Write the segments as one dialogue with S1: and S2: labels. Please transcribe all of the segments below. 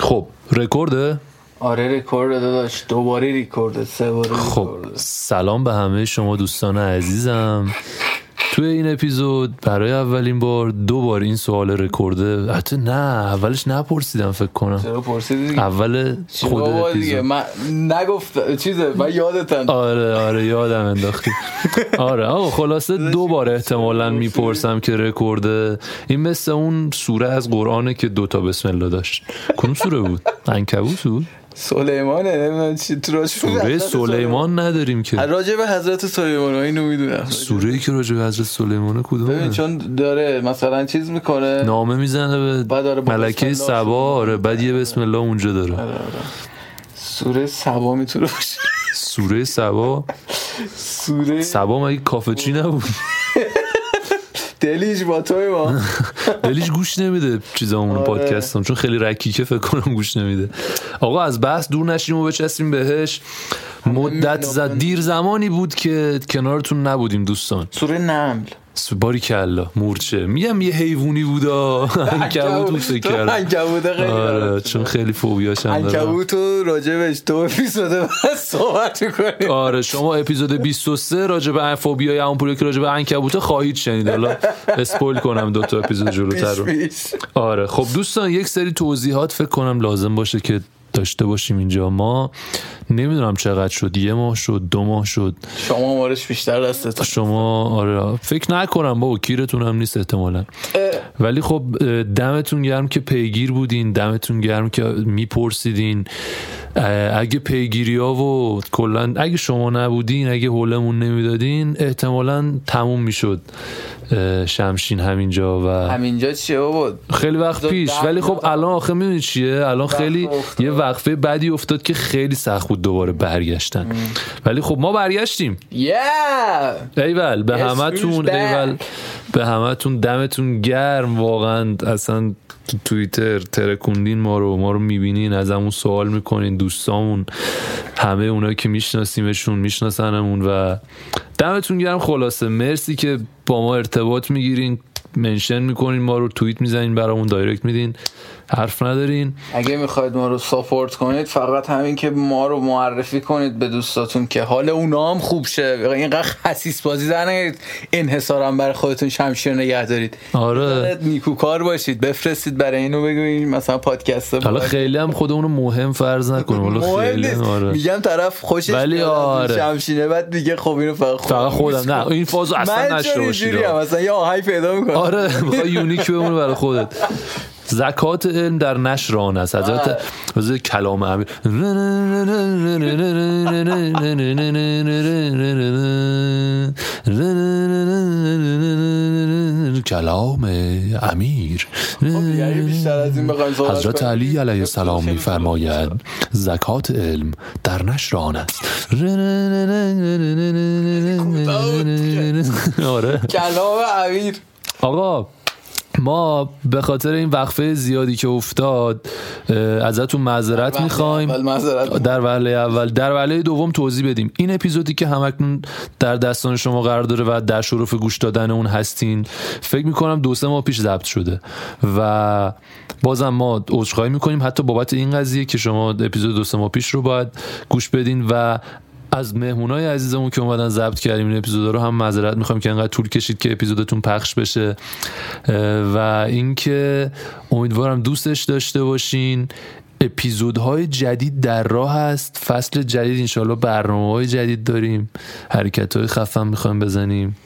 S1: خب رکورده
S2: آره رکورد داداش دوباره ریکورد سه بار
S1: خب
S2: ریکورد.
S1: سلام به همه شما دوستان عزیزم توی این اپیزود برای اولین بار دو بار این سوال رکورده حتی نه اولش نپرسیدم فکر کنم
S2: چرا پرسیدی دیگه؟
S1: اول خود
S2: بابا دیگه
S1: اپیزود
S2: من نگفت چیزه من یادتم
S1: آره آره یادم انداختی آره آقا خلاصه دو بار احتمالا میپرسم که رکورده این مثل اون سوره از قرآنه که دوتا بسم الله داشت کدوم سوره بود انکبوت بود
S2: سلیمانه نمیدونم چی تو راجع به
S1: سوره
S2: حضرت
S1: سلیمان نداریم که
S2: راجع به حضرت سلیمان اینو میدونم
S1: سوره که راجع به حضرت سلیمانه
S2: ببین
S1: کدومه
S2: چون داره مثلا چیز میکنه
S1: نامه میزنه
S2: بعد
S1: به
S2: داره با
S1: ملکه
S2: بسم الله
S1: سبا آره بعد یه بسم الله اونجا داره
S2: آره. سوره سبا میتونه باشه
S1: سوره سبا
S2: سوره
S1: سبا مگه کافچی نبود
S2: دلیش با توی ما
S1: دلیش گوش نمیده چیزامون
S2: آره.
S1: پادکستم چون خیلی رکیکه فکر کنم گوش نمیده آقا از بحث دور نشیم و بچسبیم بهش
S2: آره،
S1: مدت زد دیر زمانی بود که کنارتون نبودیم دوستان
S2: سوره نمل
S1: باری کلا مورچه میگم یه حیوونی بودا انکبوت بود فکر کردم
S2: انکبوته خیلی
S1: آره
S2: برات.
S1: چون خیلی فوبیاش هم دارم
S2: انکبوت رو راجبش تو اپیزود بعد صحبت میکنیم
S1: آره شما اپیزود 23 راجع به فوبیای همون که راجع به عنکبوت خواهید شنید حالا اسپویل کنم دو تا اپیزود جلوتر رو آره خب دوستان یک سری توضیحات فکر کنم لازم باشه که داشته باشیم اینجا ما نمیدونم چقدر شد یه ماه شد دو ماه شد
S2: شما مارش بیشتر دستت
S1: شما آره فکر نکنم بابا کیرتون هم نیست احتمالا ولی خب اه، دمتون گرم که پیگیر بودین دمتون گرم که میپرسیدین اه، اگه پیگیری ها و کلا اگه شما نبودین اگه حولمون نمیدادین احتمالا تموم میشد اه، شمشین همینجا و
S2: همینجا چیه بابا
S1: خیلی وقت
S2: بذار
S1: پیش
S2: ده
S1: ولی خب
S2: بذار.
S1: الان آخه میدونی چیه الان خیلی
S2: افتاد.
S1: یه وقفه بدی افتاد که خیلی سخت بود دوباره برگشتن ولی خب ما برگشتیم
S2: یه
S1: ایول به
S2: Yes, who's
S1: همتون
S2: back?
S1: ایول به همتون دمتون گرم واقعا اصلا تو توییتر ترکوندین ما رو ما رو میبینین از همون سوال میکنین دوستامون همه اونایی که میشناسیمشون میشناسنمون و دمتون گرم خلاصه مرسی که با ما ارتباط میگیرین منشن میکنین ما رو توییت میزنین برامون دایرکت میدین حرف ندارین
S2: اگه میخواید ما رو ساپورت کنید فقط همین که ما رو معرفی کنید به دوستاتون که حال اونا هم خوب شه اینقدر خسیس بازی در نگیرید انحصارم برای خودتون شمشیر نگه دارید
S1: آره
S2: نیکوکار باشید بفرستید برای اینو بگوین مثلا پادکست
S1: حالا خیلی هم خودمون رو مهم فرض نکنیم حالا
S2: مهم
S1: خیلی
S2: نیست.
S1: آره
S2: میگم طرف خوشش
S1: ولی
S2: میاد از این
S1: آره.
S2: شمشینه بعد میگه خب اینو فقط خودم
S1: فقط خودم نه این فازو اصلا
S2: من
S1: نشته
S2: چون
S1: باشید
S2: اینجوری هم اصلا یه آهی پیدا میکنم
S1: آره میخوای یونیک بمونه برای خودت زکات علم در نشر آن است حضرت حضرت کلام امیر کلام امیر
S2: یعنی بیشتر از این بخوایم صحبت
S1: حضرت
S2: کنیم.
S1: علی علیه السلام میفرماید زکات علم در نشر آن است آره
S2: کلام امیر
S1: آقا ما به خاطر این وقفه زیادی که افتاد اه، ازتون
S2: بله،
S1: معذرت میخوایم
S2: اول معذرت
S1: در وهله اول در وهله دوم توضیح بدیم این اپیزودی که همکنون در دستان شما قرار داره و در شرف گوش دادن اون هستین فکر میکنم دو سه ماه پیش ضبط شده و بازم ما عذرخواهی میکنیم حتی بابت این قضیه که شما اپیزود دو سه ماه پیش رو باید گوش بدین و از مهمونای عزیزمون که اومدن ضبط کردیم این اپیزودا رو هم معذرت میخوایم که انقدر طول کشید که اپیزودتون پخش بشه اه، و اینکه امیدوارم دوستش داشته باشین اپیزودهای جدید در راه هست فصل جدید انشالله برنامه های جدید داریم حرکت های خفن میخوایم بزنیم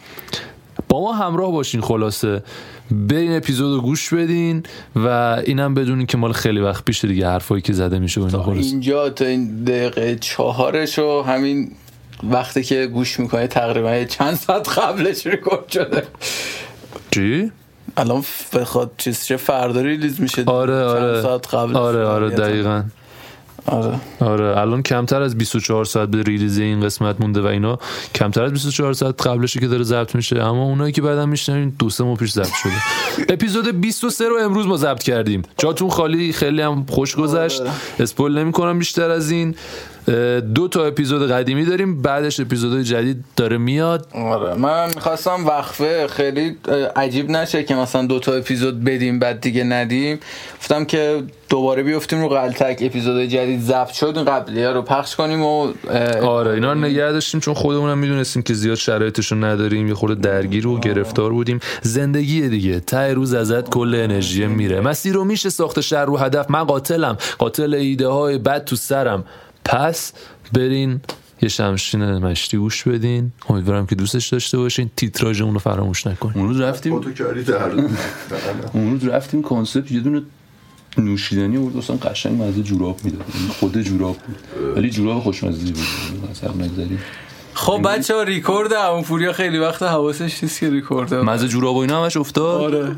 S1: با ما همراه باشین خلاصه برین اپیزود رو گوش بدین و اینم بدونین که مال خیلی وقت پیش دیگه حرفایی که زده میشه و اینا خلاصه
S2: اینجا تا این دقیقه چهارش و همین وقتی که گوش میکنه تقریبا یه چند ساعت قبلش ریکورد شده
S1: چی؟
S2: الان بخواد چیز چه فردا ریلیز میشه
S1: آره
S2: چند
S1: آره
S2: ساعت قبل
S1: آره آره دقیقا
S2: آره
S1: آره الان کمتر از 24 ساعت به ریلیز این قسمت مونده و اینا کمتر از 24 ساعت قبلشه که داره ضبط میشه اما اونایی که بعدا میشنوین دو سه ماه پیش ضبط شده اپیزود 23 رو امروز ما ضبط کردیم جاتون خالی خیلی هم خوش گذشت اسپول نمیکنم بیشتر از این
S3: دو تا اپیزود قدیمی داریم بعدش اپیزودهای جدید داره میاد
S2: آره من میخواستم وقفه خیلی عجیب نشه که مثلا دو تا اپیزود بدیم بعد دیگه ندیم گفتم که دوباره بیفتیم رو قلتک اپیزود جدید ضبط شد قبلی ها رو پخش کنیم و
S3: آره اینا رو نگه داشتیم چون خودمونم میدونستیم که زیاد شرایطشو نداریم یه خورده درگیر و گرفتار بودیم زندگی دیگه ته روز ازت کل انرژی میره مسیر رو میشه ساخت شر رو هدف من قاتلم قاتل ایده های بد تو سرم پس برین یه شمشین مشتی گوش بدین امیدوارم که دوستش داشته باشین تیتراژ اون رو فراموش نکنین
S1: اون روز رفتیم اون روز رفتیم کنسپت یه دونه نوشیدنی بود اصلا قشنگ مزه جوراب میداد یعنی خود جوراب بود ولی جوراب خوشمزه بود اصلا نگذاریم
S2: خب
S1: یعنی
S2: بچه ها ریکورد اون فوریا خیلی وقت حواسش نیست که ریکورد
S1: مزه جوراب و اینا همش افتاد
S2: آره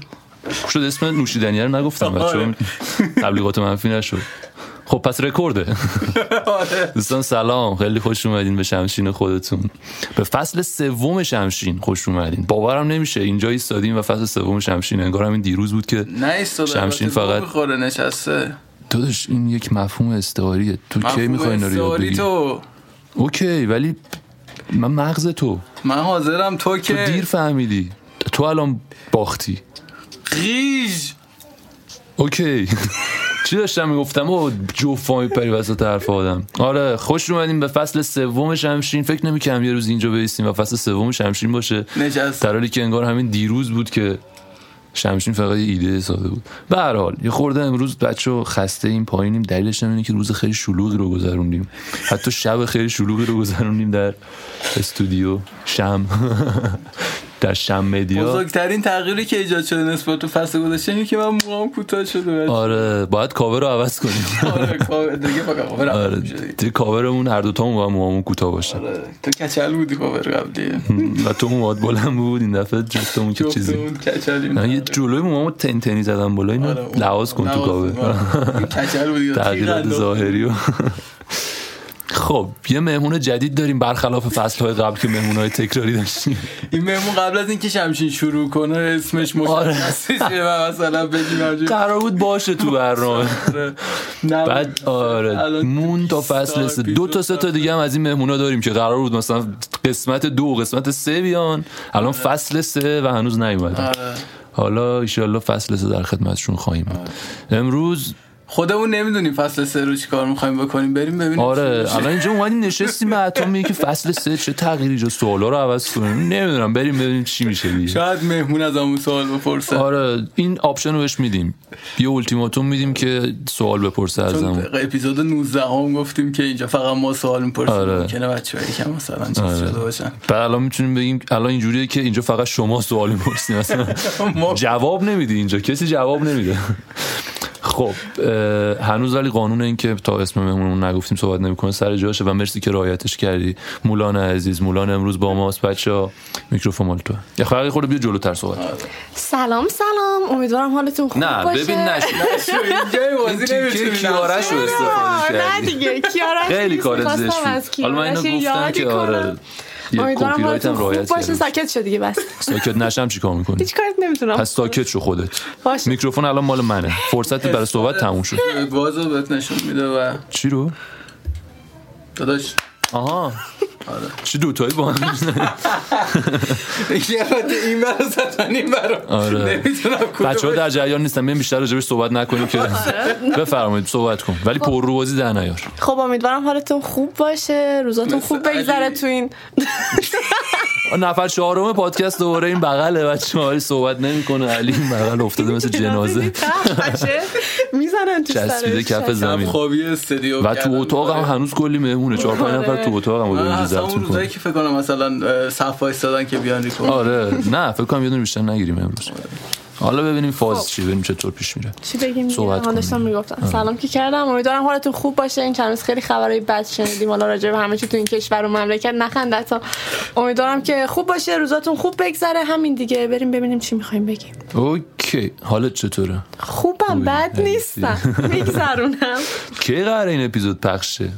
S1: شد اسم نوشیدنی رو نگفتم بچه تبلیغات منفی نشد خب پس رکورده دوستان سلام خیلی خوش اومدین به شمشین خودتون به فصل سوم شمشین خوش اومدین باورم نمیشه اینجا ایستادیم و فصل سوم شمشین انگار همین دیروز بود که
S2: نه شمشین فقط خوره نشسته
S1: داداش این یک مفهوم استعاریه تو کی میخوای اینا رو یاد بگیری
S2: تو
S1: اوکی ولی من مغز تو
S2: من حاضرم تو که
S1: تو دیر فهمیدی تو الان باختی
S2: خیش
S1: اوکی چی داشتم میگفتم و جوفا میپری وسط حرف آدم آره خوش اومدیم به فصل سوم شمشین فکر نمیکنم یه روز اینجا بیستیم و فصل سوم شمشین باشه
S2: نشست
S1: در حالی که انگار همین دیروز بود که شمشین فقط یه ایده ساده بود به هر حال یه خورده امروز بچه خسته این پایینیم دلیلش هم اینه که روز خیلی شلوغی رو گذروندیم حتی شب خیلی شلوغی رو گذروندیم در استودیو شم در شم مدیا
S2: بزرگترین تغییری که ایجاد شده نسبت به فصل گذشته اینه که من موهام کوتاه شده بچه.
S1: آره باید کاور رو عوض کنیم
S2: آره کاور دیگه فقط کاور
S1: آره
S2: عوض شده.
S1: دیگه کاورمون هر دوتامون باید موهامون کوتاه باشه
S2: آره تو کچل بودی کاور قبلی
S1: و تو موهات بلند بود این دفعه جفتمون که چیزی
S2: جفتمون کچلی
S1: نه یه جلوی موهامو تن تنی زدم بالا اینو
S2: آره، اون-
S1: لحاظ کن تو
S2: لحاظ کن،
S1: کاور
S2: آره. کچل بودی
S1: تغییرات ظاهری و خب یه مهمون جدید داریم برخلاف فصلهای قبل که مهمونهای تکراری داشتیم
S2: این مهمون قبل از اینکه شمشین شروع کنه اسمش
S1: آره.
S2: مشخص شه و مثلا بگیم همجوری.
S1: قرار بود باشه تو برنامه
S2: نه،
S1: بعد آره
S2: الان
S1: مون تا
S2: 20
S1: فصل سه دو تا سه تا دیگه هم از این مهمونا داریم که قرار بود مثلا قسمت دو و قسمت سه بیان الان فصل سه و هنوز نیومدن
S2: آره.
S1: حالا ایشالله فصل سه در خدمتشون خواهیم بود. امروز
S2: خودمون نمیدونیم فصل سه رو چی کار میخوایم بکنیم بریم ببینیم چی
S1: آره
S2: میشه.
S1: الان اینجا اومدیم نشستیم به اتم میگه که فصل سه چه تغییری جو سوالا رو عوض کنیم نمیدونم بریم ببینیم چی میشه دیگه
S2: شاید مهمون از همون سوال بپرسه
S1: آره این آپشن رو بهش میدیم یه التیماتوم میدیم که سوال بپرسه
S2: چون
S1: ازمون
S2: اپیزود 19 هم گفتیم که اینجا فقط ما سوال میپرسیم
S1: آره.
S2: ممکنه بچه هایی که مثلا چیز
S1: آره.
S2: شده باشن
S1: بعد الان میتونیم بگیم الان اینجوریه که اینجا فقط شما سوال میپرسین اصلا خب.
S2: ما
S1: جواب نمیدی اینجا کسی جواب نمیده خب اه، هنوز ولی قانون این که تا اسم مهمونمون نگفتیم صحبت نمیکنه سر جاشه و مرسی که رعایتش کردی مولان عزیز مولان امروز با ماست بچه میکروفون مال تو یه خورده خورده بیا جلوتر صحبت کن.
S4: سلام سلام امیدوارم حالتون خوب
S3: نه
S4: باشه
S3: ببین نش
S2: اینجا بازی
S3: تیکه کیارش رو
S2: نمیتونیم
S3: است. استفاده کردی.
S4: نه دیگه کیارش
S1: خیلی
S4: نیست.
S1: کار
S4: می‌خواستم
S1: زشت
S4: از
S1: بود. حالا من اینو
S4: کیارش
S1: گفتم
S4: یاد
S1: که آره
S4: کنم.
S1: یه
S4: امیدوارم
S1: کپی رایت
S4: حالتون
S1: هم
S4: خوب
S1: رعایت
S4: باشه
S1: کردم
S4: ساکت شو دیگه بس
S1: ساکت نشم چیکار میکنی
S4: هیچ کارت نمیتونم
S1: پس ساکت شو خودت
S4: باشه
S1: میکروفون الان مال منه فرصت برای صحبت تموم شد
S2: آره. بازو بهت نشون میده و
S1: چی رو
S2: داداش
S1: آها چی دوتایی با هم
S2: یه وقت این برا زدن این برا
S1: آره.
S2: نمیتونم
S1: بچه ها
S2: کدوم
S1: در جریان نیستن من بیشتر راجبش صحبت نکنیم که بفرمایید صحبت کن ولی پر رو بازی در نیار
S4: خب امیدوارم حالتون خوب باشه روزاتون
S2: مثل
S4: خوب بگذره
S2: علی.
S4: تو این
S1: نفر چهارم پادکست دوباره این بغله بچه ها صحبت نمیکنه علی این بغل افتاده مثل جنازه
S4: میزنن تو
S1: چسبیده کف
S4: سرش
S1: زمین
S2: خوابی استودیو
S1: و تو
S2: کردن.
S1: اتاق هم هنوز کلی مهمونه چهار پنج نفر تو اتاق هم
S2: من
S1: اینجا
S2: اصلا
S1: ضبط
S2: اون
S1: میکنه
S2: روزایی که فکر کنم مثلا صف وایستادن که بیان ریکورد
S1: آره نه فکر کنم یه دونه بیشتر نگیریم امروز حالا ببینیم فاز چی ببینیم چطور پیش میره
S4: چی بگیم دیگه؟
S1: صحبت
S4: من داشتم
S1: کنیم. آره.
S4: میگفتم سلام که کردم امیدوارم حالتون خوب باشه این چند روز خیلی خبرای بد شنیدیم حالا راجع به همه چی تو این کشور و مملکت نخنده تا امیدوارم که خوب باشه روزاتون خوب بگذره همین دیگه بریم ببینیم چی میخوایم بگیم
S1: اوکی حالت چطوره
S4: خوبم بد
S1: مرسی.
S4: نیستم میگذرونم
S1: کی قراره این اپیزود پخش شه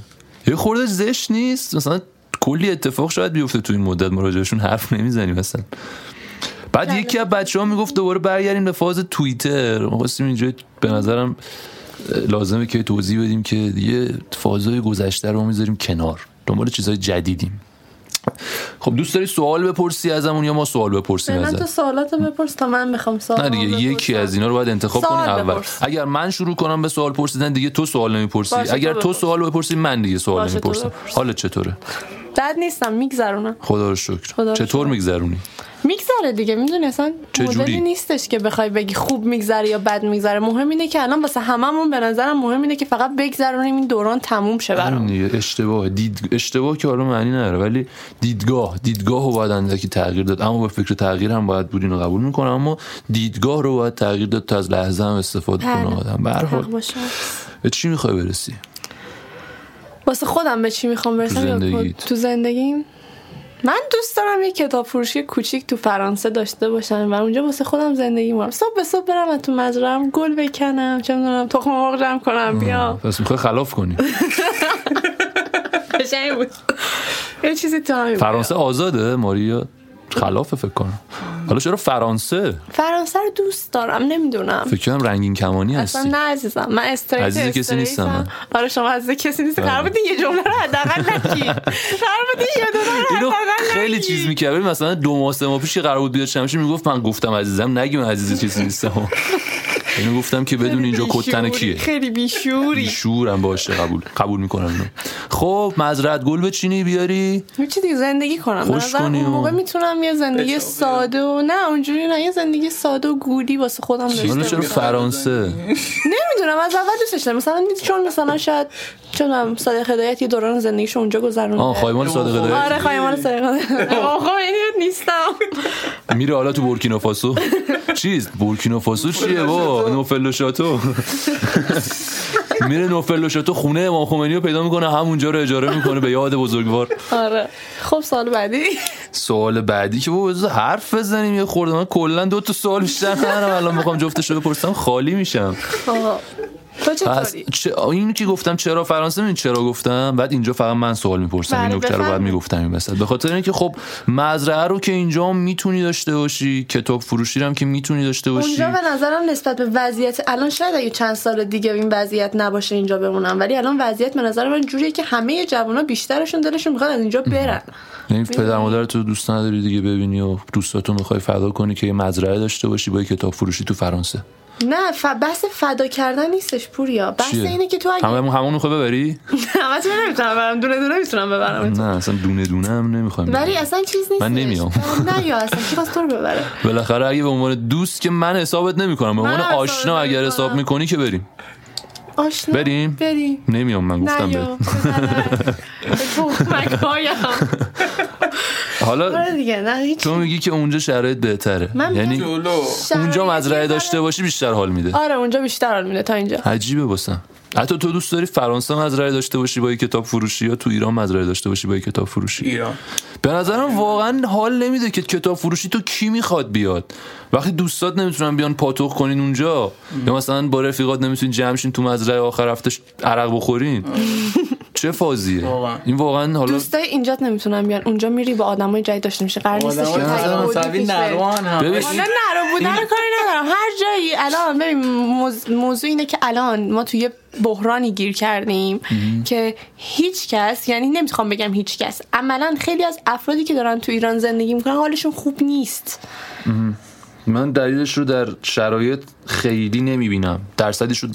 S1: یه خورده زشت نیست مثلا کلی اتفاق شاید بیفته تو این مدت ما راجعشون حرف نمیزنیم مثلا بعد یکی از بچه ها میگفت دوباره برگردیم به فاز توییتر ما خواستیم اینجا به نظرم لازمه که توضیح بدیم که یه فازای گذشته رو میذاریم کنار دنبال چیزای جدیدیم خب دوست داری سوال بپرسی ازمون یا ما سوال بپرسیم
S4: من تو
S1: ازت
S4: سوالاتو بپرس تا من میخوام سوال
S1: نه دیگه یکی از اینا رو باید انتخاب کنی
S4: سوال
S1: اول
S4: بپرس.
S1: اگر من شروع کنم به سوال پرسیدن دیگه تو سوال نمیپرسی
S4: باشه، تو
S1: اگر تو
S4: بپرس.
S1: سوال بپرسی من دیگه سوال
S4: باشه، تو
S1: نمیپرسم
S4: بپرس.
S1: حالت چطوره
S4: بد نیستم میگذرونم
S1: خدا رو شکر
S4: خدا رو
S1: چطور میگذرونی
S4: میگذره دیگه میدونی اصلا
S1: چجوری؟
S4: مدلی نیستش که بخوای بگی خوب میگذره یا بد میگذره مهم اینه که الان واسه هممون به نظرم مهم اینه که فقط بگذرونیم این دوران تموم شه
S1: همین
S4: برام
S1: دیگه اشتباه دید... اشتباه که حالا معنی نداره ولی دیدگاه دیدگاه رو باید اندکی تغییر داد اما به فکر تغییر هم باید بود اینو قبول میکنم اما دیدگاه رو باید تغییر داد تا از لحظه هم استفاده
S4: بله.
S1: کنه آدم به هر
S4: حق
S1: حال
S4: باشه.
S1: به چی میخوای برسی
S4: واسه خودم به چی میخوام برسم یا
S1: زندگیت.
S4: تو زندگیم من دوست دارم یه کتاب فروشی کوچیک تو فرانسه داشته باشم و اونجا واسه خودم زندگی کنم صبح به صبح برم از تو مزرعم گل بکنم چه میدونم تخم مرغ جمع کنم بیام
S1: پس میخوای خلاف کنی
S4: قشنگ بود یه چیزی تو همین بود.
S1: فرانسه آزاده ماریا خلافه فکر کنم حالا چرا فرانسه
S4: فرانسه رو دوست دارم نمیدونم
S1: فکر کنم رنگین کمانی
S4: اصلا
S1: هستی
S4: نه عزیزم من استریت
S1: عزیز کسی
S4: استریتم.
S1: نیستم من. آره.
S4: آره شما عزیز کسی نیستی قرار بود یه جمله رو حداقل نگی قرار بود یه جمله رو
S1: اینو
S4: حداقل
S1: خیلی
S4: نگی.
S1: چیز میکرد ببین مثلا دو ماه سه ماه پیش که قرار بود بیاد شمشیر میگفت من گفتم عزیزم نگیم عزیز چیزی نیستم اینو گفتم که بدون اینجا کتن
S4: بیشعوری،
S1: کیه
S4: خیلی بیشوری
S1: شورم باشه قبول قبول میکنم اینو خب مزرعت گل بچینی بیاری
S4: چی دیگه زندگی کنم به
S1: خوش
S4: نظرم
S1: کنی
S4: اون
S1: و-
S4: موقع میتونم یه زندگی
S2: بچه‌ها،
S4: ساده و نه اونجوری نه یه زندگی ساده و گودی واسه خودم
S1: حالا
S4: داشته
S1: چرا
S4: باشم.
S1: فرانسه
S4: نمیدونم از اول دوستش دارم مثلا می- چون مثلا شاید چون صادق هدایت یه دوران زندگیشو اونجا
S1: آه
S4: گذرونده
S1: خایمان صادق هدایت
S4: آره خواهی مال صادق هدایت. آقا من اینو خب، نیستم آره.
S1: میره حالا تو بورکینافاسو چیز بورکینافاسو چیه با نوفل و شاتو میره نوفل و شاتو خونه امام خمینی رو پیدا میکنه همونجا رو اجاره میکنه به یاد بزرگوار
S4: آره خب سال بعدی
S1: سوال بعدی که بابا بذار حرف بزنیم یه خورده من کلا دو تا سوال بیشتر ندارم الان میخوام جفتشو بپرسم خالی میشم
S4: آقا. تو
S1: پس
S4: چطوری؟
S1: چه این که گفتم چرا فرانسه میدونی چرا گفتم بعد اینجا فقط من سوال میپرسم این
S4: بله،
S1: نکته رو باید
S4: بفرمایید.
S1: میگفتم این وسط به خاطر اینکه خب مزرعه رو که اینجا میتونی داشته باشی کتاب فروشی رو هم که میتونی داشته باشی
S4: اونجا به نظرم نسبت به وضعیت الان شاید اگه چند سال دیگه این وضعیت نباشه اینجا بمونم ولی الان وضعیت به نظر من جوریه که همه جوونا بیشترشون دلشون میخواد از اینجا برن
S1: یعنی پدر مادر تو دوست نداری دیگه ببینی و دوستاتو میخوای فدا کنی که یه مزرعه داشته باشی با یه کتاب فروشی تو فرانسه
S4: نه ف... بحث فدا کردن نیستش پوریا بحث
S1: چیه؟
S4: اینه که تو اگه
S1: همه همون میخوای ببری
S4: همتون نمیتونم برم دونه دونه میتونم ببرم
S1: نه اصلا دونه دونه هم نمیخوام
S4: ولی اصلا چیز نیست
S1: من نمیام.
S4: نه یا اصلا کی خواست تو رو ببره
S1: بالاخره اگه به عنوان دوست که من حسابت نمیکنم به عنوان
S4: حسابت
S1: آشنا اگر
S4: نمی‌کنم.
S1: حساب میکنی که بریم
S4: آشنا
S1: بریم؟
S4: بریم
S1: نمیام من گفتم بهت.
S4: نه یا بزنم.
S1: حالا
S4: آره دیگه نه هیچ
S1: تو میگی که اونجا شرایط بهتره
S4: من
S1: یعنی
S4: میگم
S2: جلو
S1: اونجا
S4: شرایط
S1: مزرعه
S4: بهتره.
S1: داشته باشی بیشتر حال میده
S4: آره اونجا بیشتر حال میده تا اینجا
S1: عجیبه باسم حتی تو دوست داری فرانسه مزرعه داشته باشی با یه کتاب فروشی یا تو ایران مزرعه داشته باشی با یه کتاب فروشی
S2: ایران
S1: به نظرم واقعا حال نمیده که کتاب فروشی تو کی میخواد بیاد وقتی دوستات نمیتونن بیان پاتوق کنین اونجا یا مثلا با رفیقات نمیتونین جمع شین تو مزرعه آخر هفتهش عرق بخورین چه فازیه
S2: واقعا.
S1: این واقعا حالا
S4: دوستای اینجات نمیتونن بیان اونجا میری با آدمای جدید داشته میشه قرار نیستش
S2: آدمای
S4: که
S2: مثلا
S4: تعهدی
S2: مساوی
S4: پیش بری.
S2: نروان هم
S1: ببین.
S4: حالا نرو بودن رو کاری ندارم هر جایی الان ببین موز- موضوع اینه که الان ما توی یه بحرانی گیر کردیم که هیچ کس یعنی نمیخوام بگم هیچ کس عملا خیلی از افرادی که دارن تو ایران زندگی میکنن حالشون خوب نیست
S1: من دلیلش رو در شرایط خیلی نمیبینم درصدش رو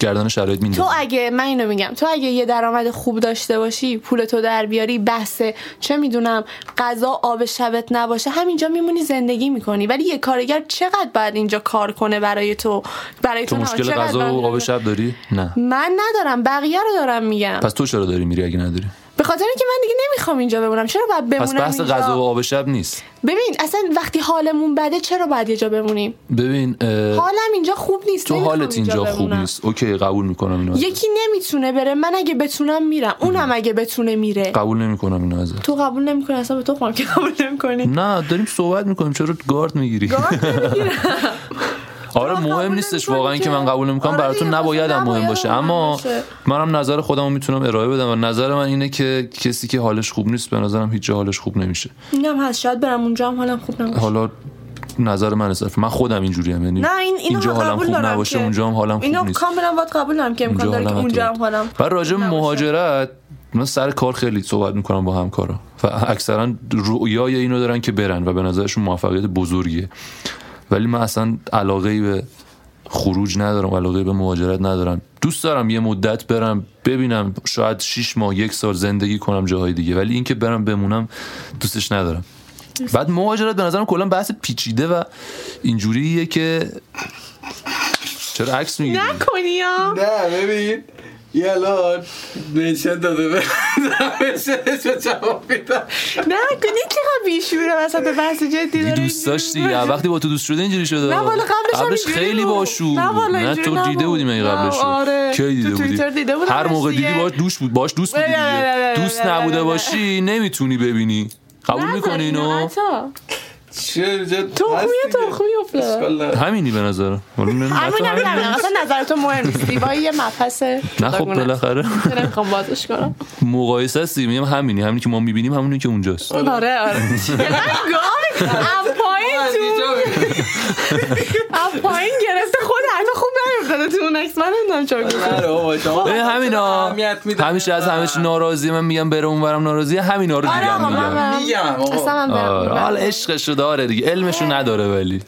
S1: گردن شرایط میندازم
S4: تو اگه من اینو میگم تو اگه یه درآمد خوب داشته باشی پول تو در بیاری بحث چه میدونم غذا آب شبت نباشه همینجا میمونی زندگی میکنی ولی یه کارگر چقدر باید اینجا کار کنه برای تو برای
S1: تو
S4: تو, نه،
S1: مشکل
S4: چقدر
S1: غذا
S4: باید-
S1: و آب شب داری؟ نه
S4: من ندارم بقیه رو دارم میگم
S1: پس تو چرا داری میری اگه نداری؟
S4: به خاطر اینکه من دیگه نمیخوام اینجا بمونم چرا باید بمونم
S1: پس بحث
S4: اینجا؟
S1: غذا و آب شب نیست
S4: ببین اصلا وقتی حالمون بده چرا باید یه جا بمونیم
S1: ببین اه،
S4: حالم اینجا خوب نیست
S1: تو
S4: نمی‌خوام
S1: حالت اینجا خوب
S4: بمونم.
S1: نیست اوکی قبول میکنم اینو ازت.
S4: یکی نمیتونه بره من اگه بتونم میرم اونم اگه بتونه میره
S1: قبول نمیکنم اینو ازت
S4: تو قبول نمیکنی اصلا به تو خواهم که قبول نمیکنی
S1: نه داریم صحبت میکنیم چرا گارد میگیری آره
S4: تو قبول
S1: مهم نیستش
S4: نمی‌کنی
S1: واقعا
S4: که.
S1: که من قبول نمیکنم
S4: آره
S1: براتون
S4: دیگه،
S1: نباید
S4: واسه
S1: هم مهم
S4: نباید
S1: باشه
S4: هم مهم
S1: اما
S4: باشه.
S1: منم نظر خودم رو میتونم ارائه بدم و نظر من اینه که کسی که حالش خوب نیست به نظرم هیچ جا حالش خوب نمیشه
S4: اینم هست شاید برم اونجا هم حالم خوب نباشه
S1: حالا نظر من صرف من خودم اینجوری هم یعنی
S4: نه این اینو
S1: اینجا
S4: هم
S1: حالم
S4: قبول
S1: خوب
S4: دارم
S1: نباشه
S4: که-
S1: اونجا هم حالم خوب
S4: اینو
S1: نیست
S4: کاملا باید قبول دارم که امکان
S1: اینجا
S4: داره که
S1: حالم
S4: اونجا
S1: خوب.
S4: هم حالم
S1: و راجع به
S4: نباشه.
S1: مهاجرت من سر کار خیلی صحبت میکنم با همکارا و اکثرا رویای اینو دارن که برن و به نظرشون موفقیت بزرگیه ولی من اصلا علاقه به خروج ندارم علاقه به مهاجرت ندارم دوست دارم یه مدت برم ببینم شاید 6 ماه یک سال زندگی کنم جاهای دیگه ولی اینکه برم بمونم دوستش ندارم بعد مهاجرت به نظرم کلا بحث پیچیده و اینجوریه که چرا عکس میگیری
S4: نکنی ها
S2: نه ببین یه الان منشن داده به منشنش رو جواب میدم
S4: نکنی که بیشوره وسط بحث جدی داره
S1: دوست
S4: اینجوری
S1: داشتی
S4: می‌کنه.
S1: یا وقتی با تو دوست شده اینجوری شده
S4: نه والا قبلش هم اینجوری
S1: خیلی
S4: بود.
S1: باشور
S4: نه
S1: نه
S4: والا اینجوری
S1: تو
S4: نبود.
S1: دیده بودیم این
S4: نه،
S1: قبلش
S4: آره.
S1: کی دیده
S4: تو توییتر
S1: بودی
S4: دیده بودم
S1: هر موقع
S4: دیگه.
S1: دیدی باش دوش بود باش دوست بودی
S4: نه، نه، نه،
S1: دیگه
S4: نه، نه،
S1: دوست
S4: نه، نه،
S1: نبوده
S4: نه.
S1: باشی نمیتونی ببینی قبول
S4: نزن
S1: میکنی اینو
S4: حتی.
S2: چه
S4: تخمیه تخمی افتاد
S1: همینی به نظر حالا نه- نه تو
S4: همین همین
S1: همینی.
S4: همین اصلا نظر تو مهم نیست زیبایی یه مبحثه
S1: نه خب بالاخره
S4: نمیخوام بازش کنم
S1: مقایسه هستی میگم همینی همینی که ما میبینیم همونی که اونجاست
S4: آره آره چقدر گامی از پایین تو از پایین گرفته خود حتی خوب نمیفتاده تو اون عکس من نمیدونم چرا گفتم.
S1: ببین همینا همیشه از همش ناراضی من میگم بره اونورم ناراضی همینا رو
S4: آره
S1: دیگه
S4: آقا من
S1: میگم
S4: برم.
S2: میگم
S4: اصلا
S2: آقا
S4: من برم.
S1: آره
S4: برم.
S1: حالا عشقشو داره دیگه علمشو نداره ولی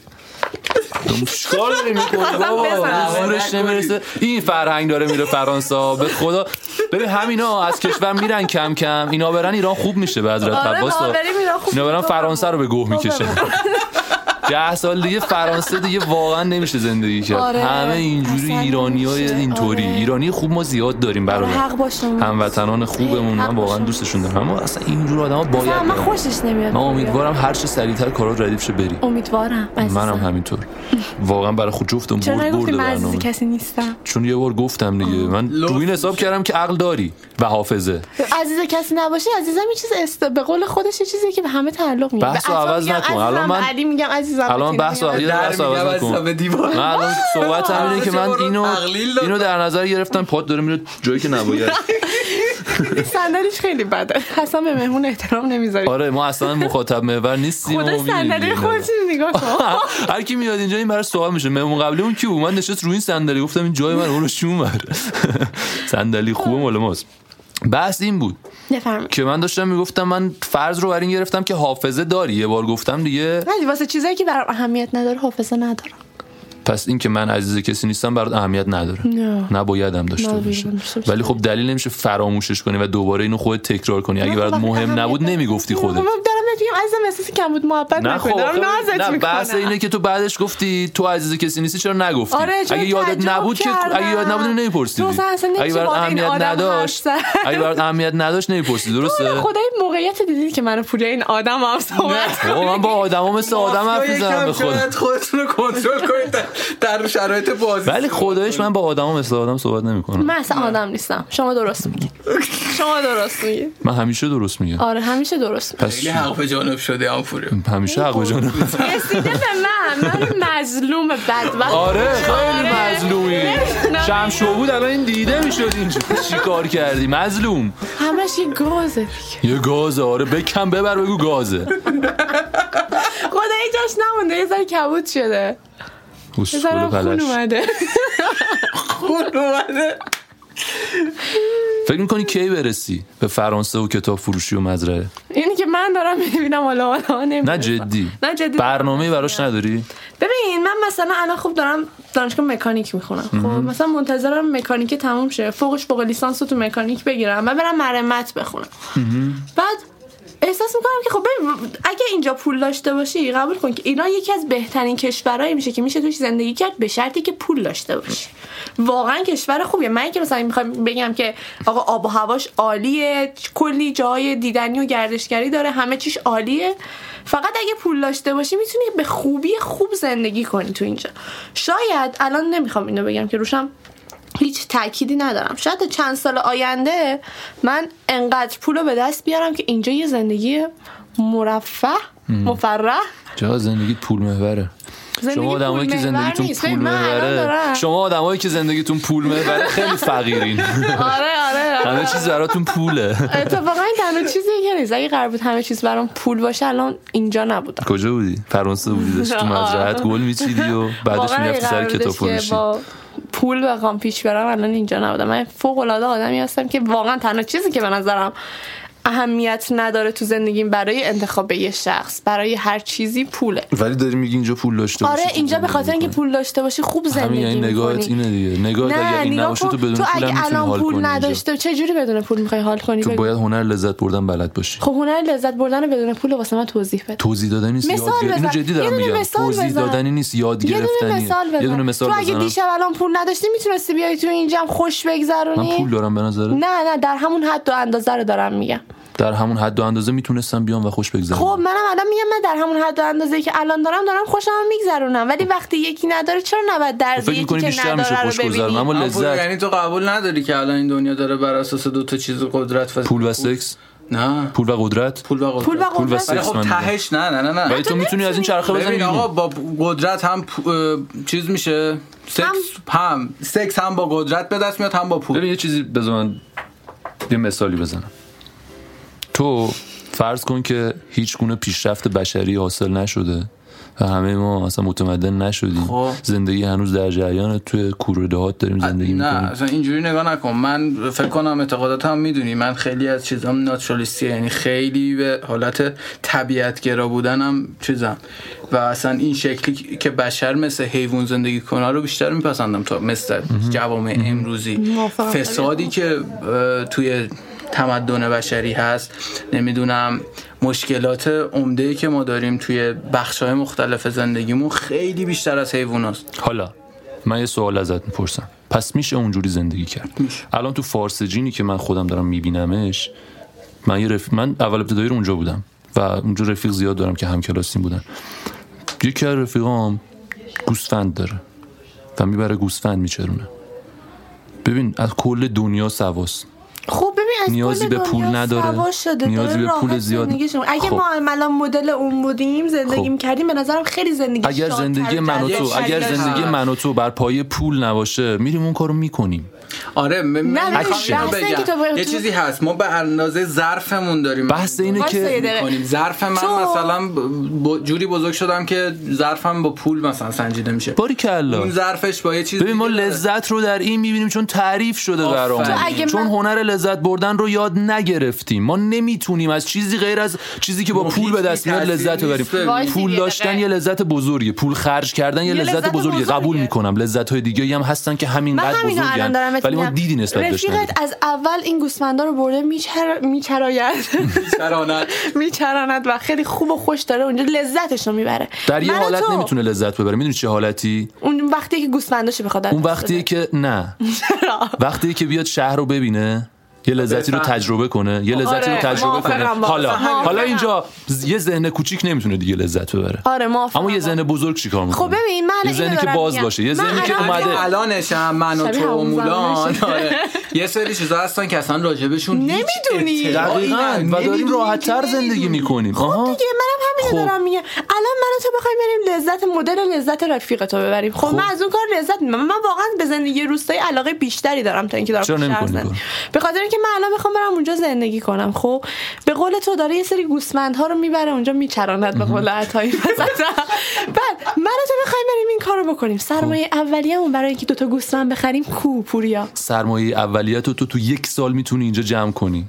S1: چیکار داری
S4: خب،
S1: میکنی
S4: بزن.
S1: زورش نمیرسه این فرهنگ داره میره فرانسه ها. به خدا ببین همینا از کشور میرن کم کم اینا برن ایران خوب میشه به حضرت
S4: آره
S1: عباس
S4: ما بریم ایران خوب
S1: اینا برن
S4: می‌کنم.
S1: فرانسه رو به گوه میکشن ده سال دیگه فرانسه دیگه واقعا نمیشه زندگی کرد
S4: آره.
S1: همه اینجوری
S4: اصلا
S1: ایرانی های
S4: نمیشه.
S1: اینطوری
S4: آره.
S1: ایرانی خوب ما زیاد داریم برای
S4: حق باشم
S1: هموطنان خوبمون من
S4: حق
S1: واقعا
S4: باشون.
S1: دوستشون دارم اما اصلا اینجور آدم ها باید
S4: نه من
S1: برن.
S4: خوشش نمیاد
S1: من امیدوارم هر چه سریعتر کارات ردیف شه بری
S4: امیدوارم عزیزم.
S1: منم همینطور واقعا برای خود جفتم
S4: چرا
S1: برد
S4: نگفتی
S1: برده
S4: من عزیز
S1: برنامه
S4: کسی نیستم
S1: چون یه بار گفتم دیگه من
S2: لطف
S1: رو این حساب کردم که عقل داری و حافظه
S4: عزیز کسی نباشه عزیزم یه چیز است به قول خودش یه چیزی که به همه تعلق میگیره
S1: بحث
S4: به
S1: رو
S4: عطا
S1: عوض
S4: میگم
S1: نکن.
S4: عزیزم،
S1: الان من-
S4: علی میگم عزیزم
S1: الان
S4: بتینا
S1: بحث رو
S4: میگم
S1: عقیده
S2: در
S1: بحث رو عوض
S2: میگم
S1: نکن.
S2: از به دیوار
S1: من الان صحبت
S2: آه،
S1: همینه که من
S2: چه
S1: اینو
S2: تقلیل داد.
S1: اینو در نظر گرفتم پات داره میره جایی که نباید
S4: صندلیش خیلی بده اصلا به مهمون احترام نمیذاری
S1: آره ما اصلا مخاطب محور نیستیم و
S4: خدا
S1: می‌بینیم
S4: صندلی
S1: اینا.
S4: خودت رو نگاه کن
S1: هر کی میاد اینجا این برای سوال میشه مهمون قبلی اون کی بود من نشست روی این صندلی گفتم این جای من اون رو چون بر صندلی خوبه مال ماست بحث این بود
S4: نفهمی
S1: که من داشتم میگفتم من فرض رو بر این گرفتم که حافظه داری یه بار گفتم دیگه
S4: ولی بله، واسه چیزایی که برام اهمیت نداره حافظه ندارم
S1: پس این که من عزیز کسی نیستم برات اهمیت نداره
S4: نه.
S1: نبایدم داشته
S4: نبایدم
S1: باشه
S4: داشته باشه.
S1: ولی خب دلیل نمیشه فراموشش کنی و دوباره اینو خودت تکرار کنی اگه یعنی برات
S4: وقتی
S1: مهم
S4: خب، اهمیت
S1: نبود
S4: نداره،
S1: نمیگفتی خودت
S4: دارم بهت میگم عزیزم احساس کم بود محبت
S1: نه
S4: نکن
S1: خب
S4: دارم
S1: آخه-
S4: نازت
S1: نه بحث
S4: میکنم
S1: اینه که تو بعدش گفتی تو عزیز کسی نیستی چرا نگفتی
S4: آره، چون
S1: اگه یادت
S4: تعجب
S1: نبود که
S4: کردم.
S1: اگه یاد نبود اینو نمیپرسیدی
S4: تو اصلا اصلا
S1: اگه
S4: نمی‌شه
S1: برات
S4: با
S1: اهمیت
S4: این آدم
S1: نداشت
S4: حرف زد.
S1: اگه برات اهمیت نداشت نمیپرسیدی درسته
S4: خدا این خب، موقعیت دیدید که منو پوریا این آدم هم صحبت
S1: آقا خب، من با آدما مثل آدم حرف میزنم به خدا
S2: خودتون رو کنترل کنید در- در شرایط بازی
S1: ولی خدایش من با آدما مثل آدم صحبت نمیکنم
S4: من اصلا آدم نیستم شما درست میگید شما درست میگید
S1: من همیشه درست میگم
S4: آره همیشه درست میگید
S1: پس
S2: خیلی حق به جانب شده هم فوری
S1: همیشه حق جان
S4: رسیده به من من مظلوم بدبخت
S1: آره خیلی مظلومی
S4: نمی‌دونم.
S1: شمشو بود الان این دیده میشد اینجا چیکار کردی مظلوم
S4: همش یه گازه دیگه
S1: یه گازه آره بکم ببر بگو گازه
S4: خدا یه جاش نمونده یه ذره کبود شده یه ذره
S1: اسکول
S4: هم خون
S1: پلش
S4: اومده
S2: خون
S1: خب
S2: اومده
S1: فکر میکنی کی برسی به فرانسه و کتاب فروشی و مزرعه
S4: اینی که من دارم میبینم حالا حالا نمی‌دونم.
S1: نه جدی
S4: نه جدی
S1: برنامه براش نداری
S4: ببین من مثلا الان خوب دارم دانشگاه مکانیک میخونم خب مثلا منتظرم مکانیک تموم شه فوقش فوق لیسانس رو تو مکانیک بگیرم و برم مرمت بخونم بعد احساس میکنم که خب ببین، اگه اینجا پول داشته باشی قبول کن که ایران یکی از بهترین کشورهایی میشه که میشه توش زندگی کرد به شرطی که پول داشته باشی واقعا کشور خوبیه من که مثلا میخوام بگم که آقا آب و هواش عالیه کلی جای دیدنی و گردشگری داره همه چیش عالیه فقط اگه پول داشته باشی میتونی به خوبی خوب زندگی کنی تو اینجا شاید الان نمیخوام اینو بگم که روشم هیچ تأکیدی ندارم شاید تا چند سال آینده من انقدر پول رو به دست بیارم که اینجا یه زندگی مرفه مفرح
S1: جا زندگیت پول محوره
S4: زندگی
S1: شما آدمایی
S4: پول
S1: که
S4: محور
S1: زندگیتون
S4: نیست.
S1: پول
S4: من الان
S1: محوره
S4: دارم.
S1: شما آدمایی که زندگیتون پول محوره خیلی فقیرین
S4: آره آره
S1: همه چیز براتون پوله
S4: اتفاقا این تنها چیزی که نیست اگه قرار بود همه چیز برام پول باشه الان اینجا نبودم
S1: کجا بودی فرانسه بودی داشتی تو مزرعت گل میچیدی و بعدش
S4: واقعا اگه
S1: میرفتی سر
S4: قرار
S1: کتاب
S4: بودش که
S1: فروشی
S4: با پول بخوام پیش برم الان اینجا نبودم من فوق العاده آدمی هستم که واقعا تنها چیزی که به نظرم اهمیت نداره تو زندگیم برای انتخاب یه شخص برای هر چیزی پوله
S1: ولی داری میگی اینجا پول داشته
S4: آره
S1: باشی،
S4: اینجا
S1: پول
S4: به خاطر اینکه
S1: داری.
S4: پول داشته باشی خوب
S1: همین
S4: زندگی
S1: یعنی نگاهت
S4: میکنی
S1: اینه دیگه نگاهت اگر
S4: نه
S1: این
S4: نگاه
S1: نباشه
S4: کن
S1: تو بدون
S4: تو
S1: پول هم
S4: اگه
S1: میتونی
S4: الان
S1: حال کنی
S4: پول
S1: اینجا.
S4: نداشته چه جوری بدون پول میخوای حال کنی
S1: تو
S4: بگو.
S1: باید هنر لذت بردن بلد باشی
S4: خب هنر لذت بردن بدون پول رو واسه من توضیح بده
S1: توضیح دادن نیست
S4: مثال
S1: یاد گرفتن اینو
S4: بزن.
S1: جدی
S4: یه
S1: دارم
S4: دونه
S1: میگم
S4: مثال
S1: توضیح
S4: بزن.
S1: دادن نیست یاد
S4: یه دونه
S1: گرفتنیه
S4: مثال بزن
S1: یه دونه مثال
S4: تو اگه
S1: بزنم
S4: دیشب الان پول نداشتی میتونستی بیای تو اینجا هم خوش
S1: من
S4: بگذرونی
S1: پول دارم به نظره
S4: یعنی- نه نه در همون حد و اندازه رو دارم میگم
S1: در همون حد و اندازه میتونستم بیام و خوش بگذرم
S4: خب منم الان میگم من در همون حد و اندازه که الان دارم دارم خوشم میگذرونم ولی وقتی یکی نداره چرا نباید درد
S1: خب، فکر
S4: یکی
S1: میکنی
S4: که
S1: بیشتر میشه
S4: نداره رو
S1: خوش گذرم اما
S4: ببینی
S2: اما پول-
S1: لذت
S2: یعنی تو قبول نداری که الان این دنیا داره بر اساس دو تا چیز قدرت و
S1: پول و سکس
S2: نه
S1: پول و قدرت
S2: پول و قدرت
S4: پول و
S1: پول و
S4: قدرت
S2: ولی
S1: سکس من
S2: خب
S1: میگم.
S2: تهش نه نه نه نه
S1: ولی تو میتونی از این چرخه بزنی
S2: ببین آقا
S1: بیرون.
S2: با قدرت هم پ- اه، چیز میشه سکس هم سکس هم با قدرت به دست میاد هم با پول
S1: ببین یه چیزی بذار من یه مثالی بزنم تو فرض کن که هیچ گونه پیشرفت بشری حاصل نشده و همه ما اصلا متمدن نشدیم
S2: خب.
S1: زندگی هنوز در جریان توی کوره دهات داریم زندگی
S2: نه
S1: میکنیم
S2: اصلا اینجوری نگاه نکن من فکر کنم اعتقاداتم میدونی من خیلی از چیزام ناتورالیستی یعنی خیلی به حالت طبیعت گرا بودنم چیزم و اصلا این شکلی که بشر مثل حیوان زندگی کنه رو بیشتر میپسندم تا مثل جوامع امروزی
S4: موافقم.
S2: فسادی که اه، توی تمدن بشری هست نمیدونم مشکلات عمده که ما داریم توی بخش های مختلف زندگیمون خیلی بیشتر از حیواناست
S1: حالا من یه سوال ازت میپرسم پس میشه اونجوری زندگی کرد الان تو فارسجینی که من خودم دارم میبینمش من, یه رف... من اول ابتدایی رو اونجا بودم و اونجا رفیق زیاد دارم که همکلاسیم بودن یکی از رفیقام گوسفند داره و میبره گوسفند میچرونه ببین از کل دنیا سواست
S4: خب ببین از
S1: نیازی
S4: کل
S1: به
S4: دنیا
S1: پول نداره.
S4: سوا شده.
S1: نیازی
S4: داره
S1: به
S4: راحت
S1: پول زیاد-
S4: زندگیش می‌کنه. اگه
S1: خب.
S4: ما الان مدل اون بودیم زندگی
S1: خب.
S4: میکردیم به نظرم خیلی زندگی
S1: اگر
S4: شادتر
S1: زندگی من و
S4: جذاب
S1: تو
S4: تر
S1: اگر
S4: داشت.
S1: زندگی
S2: هست.
S1: من و تو بر پایه پول نباشه میریم اون کارو میکنیم
S2: آره م- م-
S4: نه،
S1: ببین،
S2: می‌خوام اینو
S4: بحث اینه که تو
S2: بگم.
S4: باید-
S2: یه
S4: تو-
S2: چیزی هست ما به اندازه ظرفمون داریم
S1: بحث اینه
S4: وایسا یه
S1: که
S4: دقیقه.
S2: کنیم ظرف من
S4: تو-
S2: مثلا ب- ب- جوری بزرگ شدم که ظرفم با پول مثلا سنجیده میشه
S1: باری
S2: اون ظرفش با یه چیز
S1: ببین ما
S2: دیگه داره.
S1: لذت رو در این میبینیم چون تعریف شده برامون
S2: تو
S4: اگه
S1: چون
S4: من-
S1: هنر لذت بردن رو یاد نگرفتیم ما نمیتونیم از چیزی غیر از چیزی که با
S2: محیط
S1: پول به دست
S2: بی
S1: میاد
S2: تأثیر
S1: لذت ببریم
S2: نیست ببین.
S1: پول
S4: دیگه
S1: داشتن
S4: دقیقه.
S1: یه لذت بزرگه پول خرج کردن یه
S4: یه
S1: لذت
S4: لذت
S1: بزرگه
S4: بزرگه.
S1: قبول میکنم لذت های دیگه هم هستن که
S4: من
S1: همینقدر
S4: همینو الان
S1: بزرگن
S4: دارم بهت
S1: ولی ما
S4: میگم.
S1: دیدی نسبت بهش نداریم.
S4: رفیقت از اول این گوسفندا رو برده میچر... میچراید
S2: سرانه.
S4: میچراند و خیلی خوب و خوش داره اونجا لذتش رو میبره
S1: در یه
S4: من و
S1: حالت
S4: تو،
S1: نمیتونه لذت ببره میدونی چه حالتی
S4: اون وقتی که گوسفنداشو بخواد
S1: اون وقتی که نه وقتی که بیاد شهر رو ببینه یه لذتی رو
S2: بفهم.
S1: تجربه کنه یه لذتی رو
S4: آره،
S1: تجربه
S4: موافقم
S1: کنه
S4: با تو.
S1: حالا
S4: موافقم.
S1: حالا اینجا ز- یه ذهن کوچیک نمیتونه دیگه لذت ببره
S4: آره موافقم.
S1: اما یه ذهن بزرگ چیکار میکنه
S4: خب ببین، من
S1: یه
S4: اینو
S1: ذهنی که
S4: دارم
S1: باز
S4: میگم.
S1: باشه یه
S4: من
S1: ذهنی که
S4: الان-
S1: اومده
S2: الانش هم من و
S4: شبیه
S2: تو و
S4: همون
S2: مولان
S4: زمانشه.
S2: آره. یه سری چیزا هستن که اصلا راجبشون هیچ
S4: نمی‌دونی.
S2: اطلاعی
S4: خب
S1: دقیقاً
S2: نداری.
S1: و داریم
S2: نمی‌دونی
S1: راحت
S2: که
S4: یعنی
S1: تر زندگی
S2: نمی‌دونی.
S1: میکنیم آها
S4: دیگه منم همینو
S1: خب.
S4: دارم میگم الان من و تو بخوایم بریم لذت مدل لذت رفیقتو ببریم خب, من از اون کار لذت میبرم من واقعا به زندگی روستایی علاقه بیشتری دارم تا اینکه دارم
S1: چرا
S4: تو شهر
S1: نمی‌کنی
S4: زندگی-
S1: کارو؟
S4: به خاطر اینکه من الان میخوام برم اونجا زندگی کنم خب به قول تو داره یه سری گوسفندها رو میبره اونجا میچراند به قول عطایی بعد من و تو بخوایم بریم این کارو
S1: خب.
S4: بکنیم سرمایه اولیه‌مون برای اینکه دوتا گوسفند بخریم کو پوریا
S1: سرمایه اولیت رو تو تو یک سال میتونی اینجا جمع کنی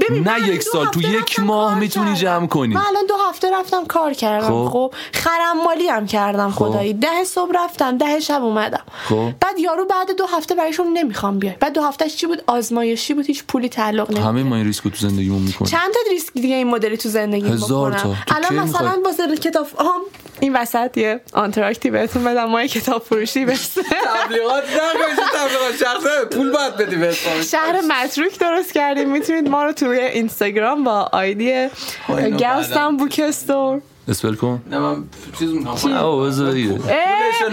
S4: ببین،
S1: نه
S4: من
S1: یک
S4: دو
S1: سال،
S4: هفته
S1: تو یک
S4: رفتم
S1: ماه
S4: کار
S1: میتونی
S4: کردم. بله.
S1: جمع کنی.
S4: من الان دو هفته رفتم کار کردم
S1: خب.
S4: خب خرم مالی هم کردم خدایی ده صبح رفتم ده شب اومدم
S1: خب.
S4: بعد یارو بعد دو هفته برایشون نمیخوام بیای بعد دو هفتهش چی بود آزمایشی بود هیچ پولی تعلق نمی‌کرد.
S1: همه ما این ریسک رو تو زندگیمون میکنیم
S4: چند تا ریسک دیگه این مدلی تو زندگی
S1: هزار تا.
S4: بکنم
S1: تو کی
S4: الان مثلا
S1: می‌خوای؟
S4: واسه کتاب آم این وسط یه آنتراکتی بهتون بدم ما یه کتاب فروشی بسته
S2: تبلیغات نکنید تبلیغات شخصه پول باید بدی به حساب.
S4: شهر متروک درست کردیم میتونید ما رو توی اینستاگرام با آیدی
S1: خب،
S2: اینو
S4: گاستم بوکستور
S1: اسپل کن
S2: نه من چیز می‌خوام.
S1: آه، بذار دیگه.
S2: پولشو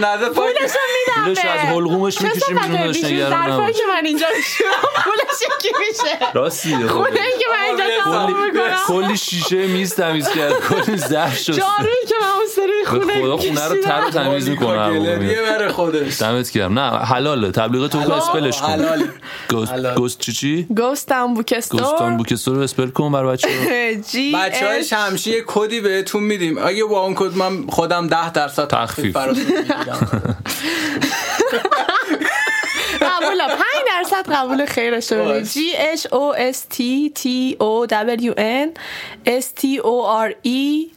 S2: نده، پای-
S4: پولشو میدم
S1: پولشو از حلقومش می‌کشیم بیرون، داشت نگران
S4: ظرفایی
S1: نباش.
S4: که من اینجا میشورم پولش یکی میشه
S1: راستی خب،
S4: خونه این که من اینجا
S2: آقا،
S4: تمام
S2: کلی-
S4: میکنم
S1: کلی شیشه میز تمیز کرد کلی زرد شد
S4: جارویی که من اون داره
S1: به
S4: خونه
S1: خب. خدا خب، خونه رو تر و تمیز میکنه
S2: گلریه بره خودش
S1: دمت گرم نه حلاله تبلیغ تو که خب، اسپلش کن
S2: حلاله.
S1: گوست-
S2: حلال.
S1: گوست چی چی
S4: گستم
S1: گوستان
S4: بوکستور
S1: بوکستور رو اسپل کن برای بچه
S4: جی
S2: بچه های
S4: اچ
S2: شمشی یه کدی بهتون میدیم اگه با اون کد من خودم ده درصد
S1: تخفیف.
S2: براتون می‌گیرم.
S4: قبول 5 درصد قبول خیرش رو ببین.
S2: باش.
S4: G H O S T T O W N S T O R E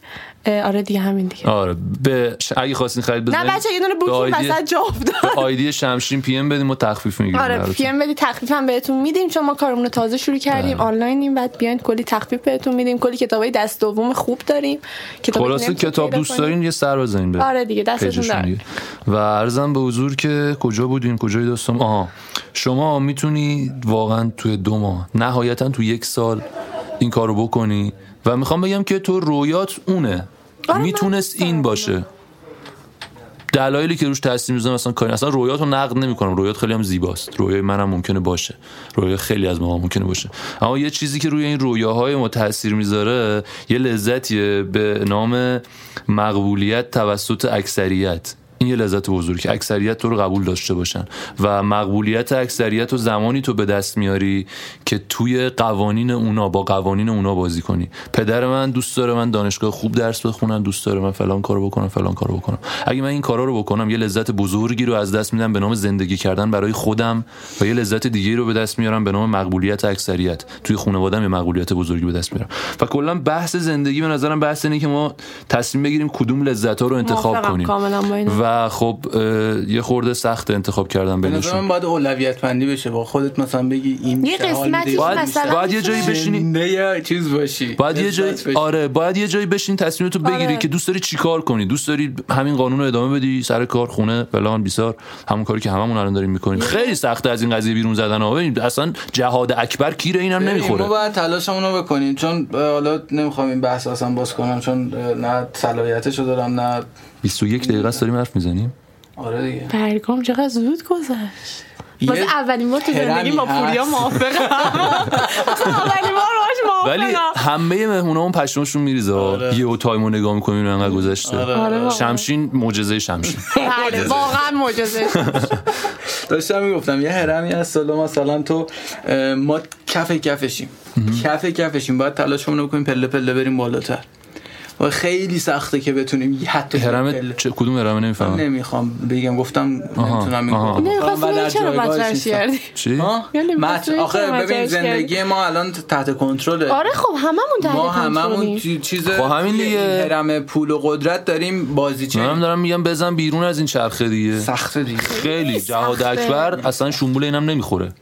S4: اه، آره دیگه همین دیگه
S1: آره به ش- اگه خواستین خرید بزنید
S4: نه بچه یه دونه بوکین
S1: به آیدی-
S4: وسط جا
S1: به
S4: افتاد
S1: آیدی شمشین پی ام بدیم و تخفیف میگیریم
S4: آره پی ام بدی تخفیف هم بهتون میدیم چون ما کارمون رو تازه شروع کردیم
S1: بله.
S4: آنلاینیم بعد بیاین کلی تخفیف بهتون میدیم کلی کتابای دست دوم خوب داریم کتابی
S1: خلاصه
S4: نمی‌تونید
S1: کتاب
S4: پیدا
S1: دوست
S4: کنید.
S1: دارین یه سر بزنین به
S4: آره دیگه، دستتون
S1: پیجشون
S4: درد.
S1: دیگه. و عرضم به حضور که کجا بودیم کجای داستان آها شما میتونی واقعا توی دو ماه نهایتا تو یک سال این کارو بکنی و میخوام بگم که تو رویات اونه
S4: آره، من
S1: میتونست
S4: دوست دارم
S1: این
S4: اینو.
S1: باشه دلایلی که روش تاثیر میذارم اصلا کاری اصلا رویات رو نقد نمیکنم رویات خیلی هم زیباست رویای منم ممکنه باشه رویا خیلی از ما هم ممکنه باشه اما یه چیزی که روی این رویاهای ما تاثیر میذاره یه لذتیه به نام مقبولیت توسط اکثریت این یه لذت بزرگی که اکثریت تو رو قبول داشته باشن و مقبولیت اکثریت رو زمانی تو به دست میاری که توی قوانین اونا با قوانین اونا بازی کنی پدر من دوست داره من دانشگاه خوب درس بخونم دوست داره من فلان کارو بکنم فلان کارو بکنم اگه من این کارا رو بکنم یه لذت بزرگی رو از دست میدم به نام زندگی کردن برای خودم و یه لذت دیگه رو به دست میارم به نام مقبولیت اکثریت توی خانواده‌ام یه مقبولیت بزرگی به دست میارم و کلا بحث زندگی به نظرم بحث اینه که ما تصمیم بگیریم کدوم لذت‌ها رو انتخاب
S4: موافقم
S1: کنیم
S4: کاملا با
S1: و
S4: اینا.
S1: خب اه، یه خورده سخت انتخاب کردن
S2: به نظر
S1: بینشون
S2: من باید اولویت بندی بشه با خودت مثلا بگی این
S4: یه
S2: چه حال
S4: قسمتیش
S2: میده، این
S1: باید-
S2: چه-
S4: مثلا
S1: باید یه جایی
S4: می‌تونه-
S1: بشینی-
S2: نه یه چیز باشی
S1: باید یه جایی
S2: لذت بشی.
S1: آره باید یه جایی بشین تصمیم تو بگیری
S4: آره.
S1: که دوست داری چیکار کنی دوست داری همین قانون رو ادامه بدی سر کار خونه فلان بیسار همون کاری که هممون الان داریم میکنیم
S2: یعنی-
S1: خیلی سخته از این قضیه بیرون زدن ها ببین اصلا جهاد اکبر کیره اینم
S2: ما
S1: نمیخوره
S2: باید تلاشمون رو بکنیم چون اه، حالا نمیخوام این بحث اصلا باز کنم چون اه، نه صلاحیتش رو دارم نه
S1: 21 دقیقه است داریم حرف میزنیم
S2: آره دیگه
S4: برگام چقدر زود گذشت واسه اولین بار تو زندگی
S2: هرمی
S4: با
S2: هست.
S4: پوریا موافقم اولین بار باش
S1: ولی
S4: موافقم
S1: همه مهمونامون پشمشون میریزه
S2: آره.
S1: یه و تایمو نگاه میکنیم اینو انقدر گذشته
S4: آره واقعاً.
S1: شمشین معجزه شمشین
S4: بله، واقعا معجزه
S2: داشتم میگفتم یه هرمی هست حالا مثلا تو اه، ما کف کفشیم کف کفشیم باید تلاشمون رو بکنیم پله پله بریم بالاتر و خیلی سخته که بتونیم یه- حتی یه
S1: هرم
S2: پله.
S1: چه کدوم هرم نمیفهمم
S2: نمیخوام بگم گفتم
S1: آها،
S2: نمیتونم این
S1: آها.
S2: کارو بکنم
S4: نمیخواست
S2: و در
S4: بگم چرا
S2: جایگاهش
S4: مطرحش
S2: نیستم.
S4: کردی
S1: چی
S2: ها؟
S4: یعنی
S2: مت-
S4: مسئله
S2: آخه
S4: چرا
S2: ببین
S4: مطرحش
S2: زندگی ما الان تحت کنترله
S4: آره خب هممون تحت
S2: ما هممون
S4: کنترلیم.
S2: چی- چیز
S1: خب همین
S2: توی
S1: دیگه.
S2: این هرم پول و قدرت داریم
S1: من
S2: بازیچه
S1: هم دارم میگم بزن بیرون از این چرخه دیگه
S2: سخته دیگه
S1: خیلی جهاد
S4: سخته.
S1: اکبر اصلا شنبول اینم نمیخوره